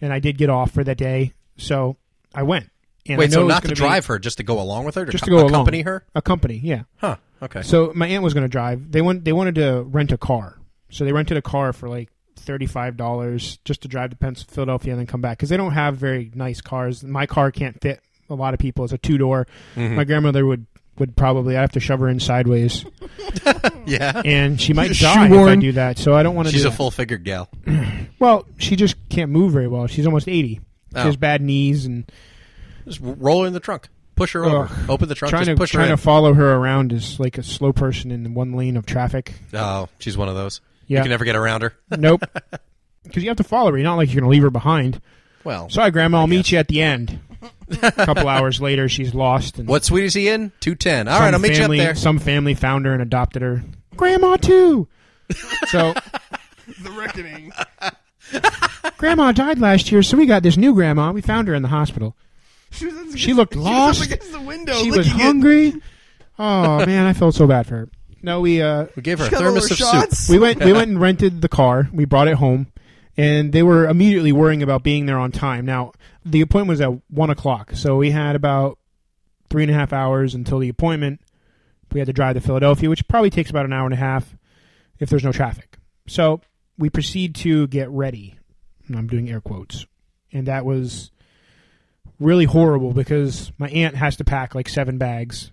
C: and I did get off for that day. So I went. And I
A: Wait,
C: know
A: so
C: it was
A: not to
C: gonna be-
A: drive her, just to go along with her, to,
C: just to
A: co-
C: go
A: accompany
C: along.
A: her?
C: Accompany, yeah.
A: Huh. Okay.
C: So my aunt was going to drive. They want they wanted to rent a car, so they rented a car for like thirty five dollars just to drive to Pens- Philadelphia and then come back because they don't have very nice cars. My car can't fit a lot of people. It's a two door.
A: Mm-hmm.
C: My grandmother would would probably I have to shove her in sideways,
A: yeah.
C: and she might
B: Shoe
C: die if I
B: worn.
C: do that. So I don't want to.
A: She's
C: Hmm. do
A: a
C: that.
A: full figured gal.
C: well, she just can't move very well. She's almost eighty.
A: Oh.
C: She has bad knees and
A: Just roll her in the trunk. Push her over.
C: Ugh.
A: Open the trunk.
C: trying
A: just
C: to
A: push her
C: trying
A: in.
C: to follow her around is like a slow person in one lane of traffic.
A: oh, she's one of those. You
C: Yeah.
A: can never get around her.
C: Nope. Because you have to follow her. You're not like you're going to leave her behind.
A: Well,
C: Sorry, Grandma. I'll meet you at the end. A couple hours later, she's lost. And
A: what suite is he in? 210. All
C: some
A: right, I'll meet
C: family,
A: you up there.
C: Some family found her and adopted her. Grandma, too. So,
B: The reckoning.
C: Grandma died last year, so we got this new Grandma. We found her in the hospital.
B: She, was
C: She looked lost.
B: the window.
C: she was hungry. Oh, man. I felt so bad for her. No, we, uh,
A: We gave her a thermos of soup.
C: we went we went and rented the car. We brought it home, and they were immediately worrying about being there on time. Now the appointment was at one o'clock, so we had about three and a half hours until the appointment. We had to drive to Philadelphia, which probably takes about an hour and a half if there's no traffic. So we proceed to get ready, and I'm doing air quotes, and that was really horrible because my aunt has to pack like seven bags.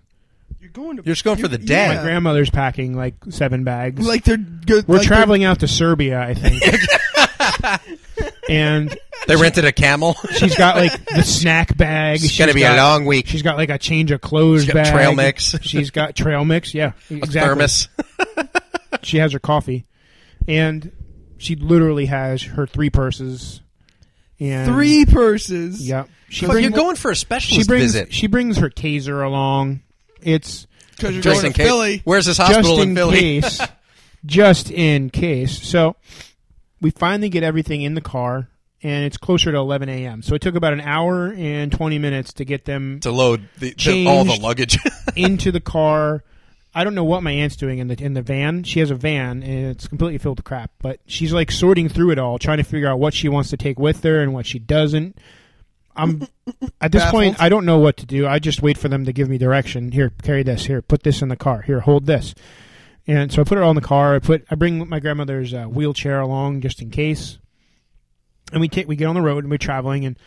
B: You're going to.
A: You're just going for the dad.
C: My grandmother's packing like seven bags.
B: Like they're good.
C: We're
B: like they're-
C: traveling out to Serbia, I think. and
A: They rented a camel.
C: she's got like the snack bag.
A: It's
C: She's
A: going to be
C: got-
A: a long week.
C: She's got like a change of clothes
A: She's got
C: bag.
A: trail mix.
C: She's got trail mix. Yeah, exactly.
A: Thermos.
C: She has her coffee, and she literally has her three purses. And
B: Three purses.
C: Yeah, she
A: But
C: bring-
A: you're going for a
C: She
A: specialist
C: brings.
A: visit.
C: She brings her taser along. It's
B: Because you're
A: Just
B: going
A: in
B: to
A: case.
B: Philly.
A: Where's this
C: just
A: hospital
C: in
A: in Philly?
C: case. just in case. So we finally get everything in the car, and it's closer to 11 a.m. So it took about an hour and 20 minutes to get them
A: To load the, to all the
C: Changed.
A: luggage.
C: into the car. I don't know what my aunt's doing in the in the van. She has a van and it's completely filled with crap. But she's like sorting through it all, trying to figure out what she wants to take with her and what she doesn't. I'm at this point.
B: Baffled.
C: I don't know what to do. I just wait for them to give me direction. Here, carry this. Here, put this in the car. Here, hold this. And so I put it all in the car. I put I bring my grandmother's uh, wheelchair along just in case. And we take we get on the road and we're traveling. And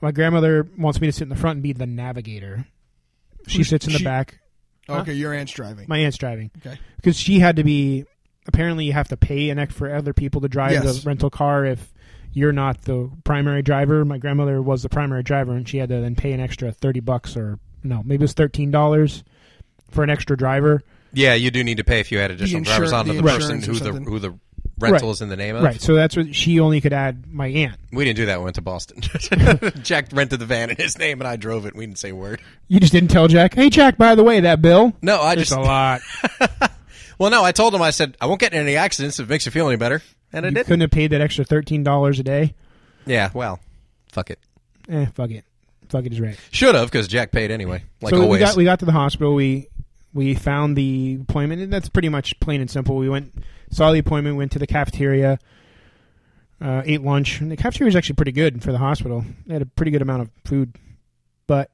C: my grandmother wants me to sit in the front and be the navigator. She
B: Who's-
C: sits in the
B: she-
C: back.
B: Okay, your aunt's driving.
C: My aunt's driving.
B: Okay.
C: Because she had to be. Apparently, you have to pay an ex for other people to drive
B: Yes.
C: the rental car if you're not the primary driver. My grandmother was the primary driver, and she had to then pay an extra thirty bucks or no, maybe it was thirteen dollars for an extra driver.
A: Yeah, you do need to pay if you add additional
B: insur-
A: drivers on to
B: the
A: the, person
B: insurance or
A: who the
B: something.
A: who the rental
C: Right.
A: is in the name of.
C: Right. So that's what she only could add. My aunt.
A: We didn't do that. We went to Boston. Jack rented the van in his name, and I drove it. We didn't say a word.
C: You just didn't tell Jack. Hey, Jack. By the way, that bill.
A: No, I
C: It's
A: just
C: a lot.
A: well, no, I told him I said I won't get in any accidents if it makes you feel any better, and I
C: you
A: did.
C: couldn't have paid that extra thirteen dollars a day.
A: Yeah, well, fuck it.
C: Eh, fuck it. Fuck it is right.
A: Should have because Jack paid anyway, like
C: so
A: always.
C: we got we got to the hospital. We we found the appointment, and that's pretty much plain and simple. We went saw the appointment, went to the cafeteria, uh, ate lunch, and the cafeteria was actually pretty good for the hospital. They had a pretty good amount of food, but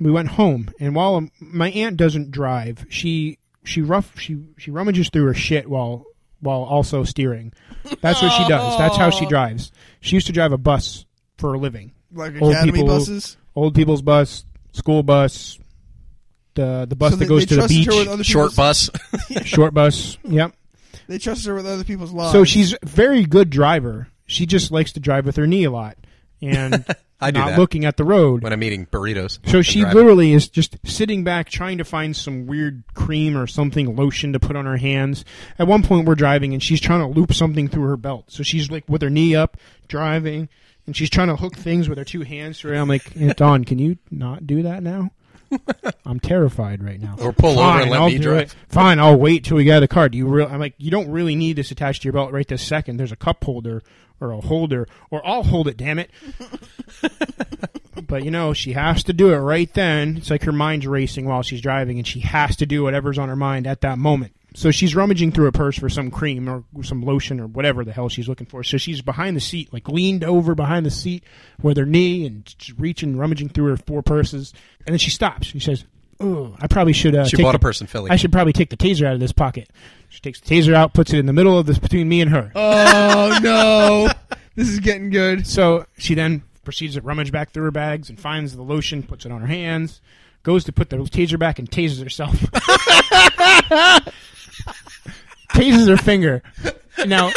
C: we went home. And while um, my aunt doesn't drive, she she rough she she rummages through her shit while while also steering. That's what she does. That's how she drives. She used to drive a bus for a living.
B: like
C: Old
B: academy
C: people-
B: buses.
C: old people's bus, school bus, the the bus
B: So
C: that
B: they-
C: goes
B: they
C: to the
B: trusted her with
C: beach,
B: other
A: Short
B: people's-
A: bus.
C: short bus. Yep.
B: They trusted her with other people's lives.
C: So she's a very good driver. She just likes to drive with her knee a lot and
A: I do
C: not
A: that
C: looking at the road.
A: when I'm eating burritos.
C: So
A: and
C: she
A: driving.
C: literally is just sitting back trying to find some weird cream or something lotion to put on her hands. At one point we're driving and she's trying to loop something through her belt. So she's like with her knee up driving and she's trying to hook things with her two hands through. I'm like, "Eh, Dawn, can you not do that now? I'm terrified right now.
A: Or pull over and let
C: I'll
A: me
C: do
A: drive.
C: it. Fine, I'll wait till we get out of the car. Do you real? I'm like, you don't really need this attached to your belt right this second. There's a cup holder or a holder, or I'll hold it. Damn it! but you know, she has to do it right then. It's like her mind's racing while she's driving, and she has to do whatever's on her mind at that moment. So she's rummaging through a purse for some cream or some lotion or whatever the hell she's looking for. So she's behind the seat, like leaned over behind the seat with her knee and just reaching, rummaging through her four purses. And then she stops. She says, "Oh, I probably should." Uh,
A: She
C: take
A: bought
C: the-
A: a purse in Philly.
C: I should probably take the taser out of this pocket. She takes the taser out, puts it in the middle of this between me and her.
B: oh no, this is getting good.
C: So she then proceeds to rummage back through her bags and finds the lotion, puts it on her hands, goes to put the taser back and tases herself. tases her finger. Now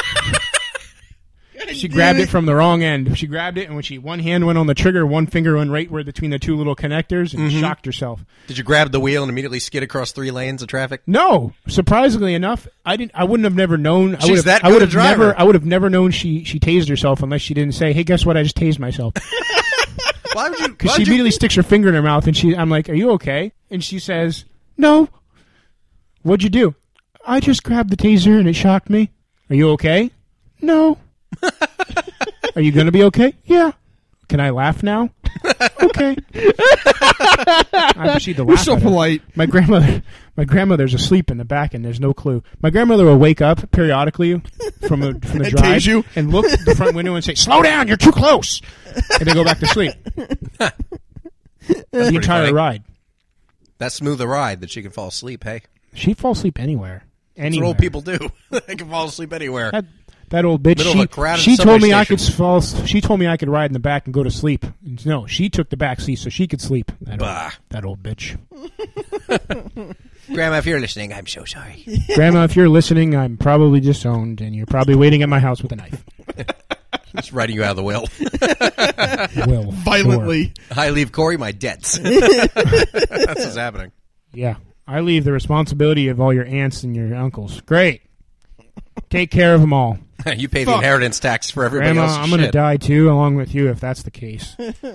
C: she grabbed it from the wrong end. She grabbed it and when she one hand went on the trigger, one finger went right where between the two little connectors
A: Mm-hmm.
C: and shocked herself.
A: Did you grab the wheel and immediately skid across three lanes of traffic?
C: No, surprisingly enough, I didn't. I wouldn't have never known. I
A: She's
C: would have,
A: that
C: I would
A: good a
C: have never.
A: driver.
C: I would have never known she she tased herself unless she didn't say, "Hey, guess what? I just tased myself."
A: Why would you?
C: Because
A: why
C: she
A: would you-
C: immediately sticks her finger in her mouth, and she. I'm like, "Are you okay?" And she says, "No." What'd you do? I just grabbed the taser and it shocked me. Are you okay? No. Are you gonna be okay? Yeah. Can I laugh now? okay. I proceed to laugh.
B: You're so
C: at her.
B: polite.
C: My grandmother, my grandmother's asleep in the back, and there's no clue. My grandmother will wake up periodically from the from the
B: And
C: drive
B: tase you.
C: and look at the front window and say, "Slow down, you're too close," and then go back to sleep. the entire
A: funny.
C: ride,
A: That's smooth a ride that she can fall asleep. Hey,
C: she falls asleep anywhere.
A: that's
C: Anywhere.
A: what old people do. they can fall asleep anywhere.
C: That, that old bitch.
A: Middle of
C: she
A: a crowded
C: she
A: subway
C: told me I
A: station.
C: could fall. s- She told me I could ride in the back and go to sleep. No, she took the back seat so she could sleep. That
A: Bah.
C: old, that old bitch.
A: Grandma, if you're listening, I'm so sorry.
C: Grandma, if you're listening, I'm probably disowned, and you're probably waiting at my house with a knife.
A: Just writing you out of the will.
C: Will
B: Violently.
A: I leave Corey my debts. That's what's happening.
C: Yeah. I leave the responsibility of all your aunts and your uncles. Great. Take care of them all.
A: you pay the
B: Fuck.
A: inheritance tax for everybody
C: Grandma,
A: else's
C: I'm going to
A: shit.
C: die too, along with you, if that's the case. Pain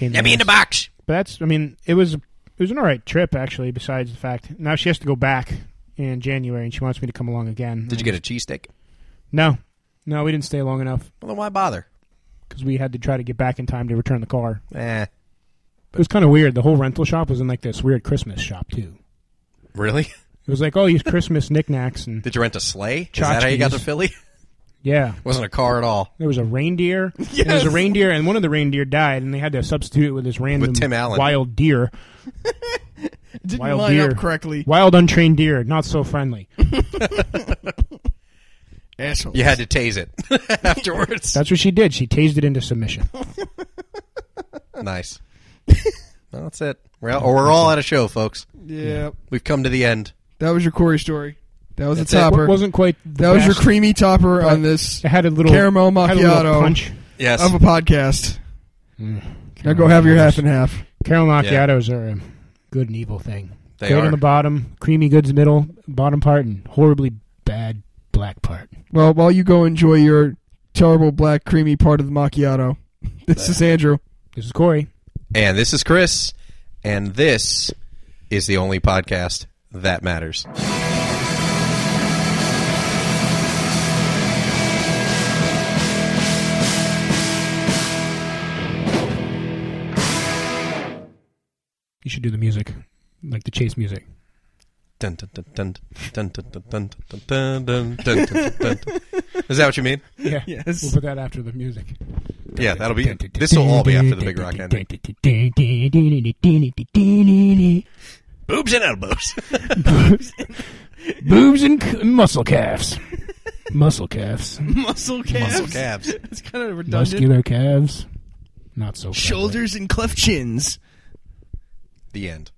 C: in
A: Let me in the
C: ass.
A: box.
C: But that's, I mean, it was, it was an all right trip, actually, besides the fact. Now she has to go back in January, and she wants me to come along again.
A: Did you get a cheesesteak?
C: No. No, we didn't stay long enough
A: Well, then why bother?
C: because we had to try to get back in time to return the car.
A: Eh,
C: It was kind of weird. The whole rental shop was in like this weird Christmas shop, too.
A: really?
C: It was like all these Christmas knickknacks, and
A: Did you rent a sleigh? Is that how you got to
C: Tchotchkes.
A: Philly?
C: yeah.
A: Wasn't a car at all.
C: There was a reindeer. And there was a
B: Yes.
C: reindeer, and one of the reindeer died, and they had to substitute it with this random
A: Tim Allen.
C: wild deer,
B: Didn't
C: Wild
B: line
C: deer.
B: up correctly.
C: wild untrained deer, not so friendly.
B: Asshole.
A: You had to tase it afterwards.
C: That's what she did. She tased it into submission.
A: nice. well, that's it. We're, out, we're all out of show, folks.
B: Yeah.
A: We've come to the end.
B: That was your Corey story. That was
A: That's
B: a
A: it.
B: topper.
C: It wasn't quite. the
B: that was your
C: best.
B: creamy topper
C: but
B: on this
C: It had a little
B: caramel
C: had a little
B: macchiato
C: punch.
A: Yes.
B: of a podcast.
C: Mm.
B: Now go have your half and half.
C: Caramel
A: Yeah.
C: macchiatos are a good and evil thing.
A: They
C: Great
A: are.
C: on the bottom, creamy goods middle, bottom part, and horribly bad black part.
B: Well, while you go enjoy your terrible black creamy part of the macchiato, this is Andrew.
C: This is Corey.
A: And this is Chris, and this is the only podcast that matters.
C: You should do the music, like the chase music.
A: Dun, dun, dun, dun, dun, dun, dun, dun, dun, dun, dun, dun, dun, dun, dun. Is that what you mean?
C: Yeah. We'll
B: Yes.
C: put that after the music.
A: Yeah, that'll be. This will all be after the big rock ending.
C: ending.
A: Boobs and elbows.
C: Boobs and c- muscle calves. Muscle calves.
B: Muscle calves.
A: Muscle calves.
B: It's kind of redundant.
C: Muscular calves. Not so. clever.
B: Shoulders and cleft chins.
A: The end.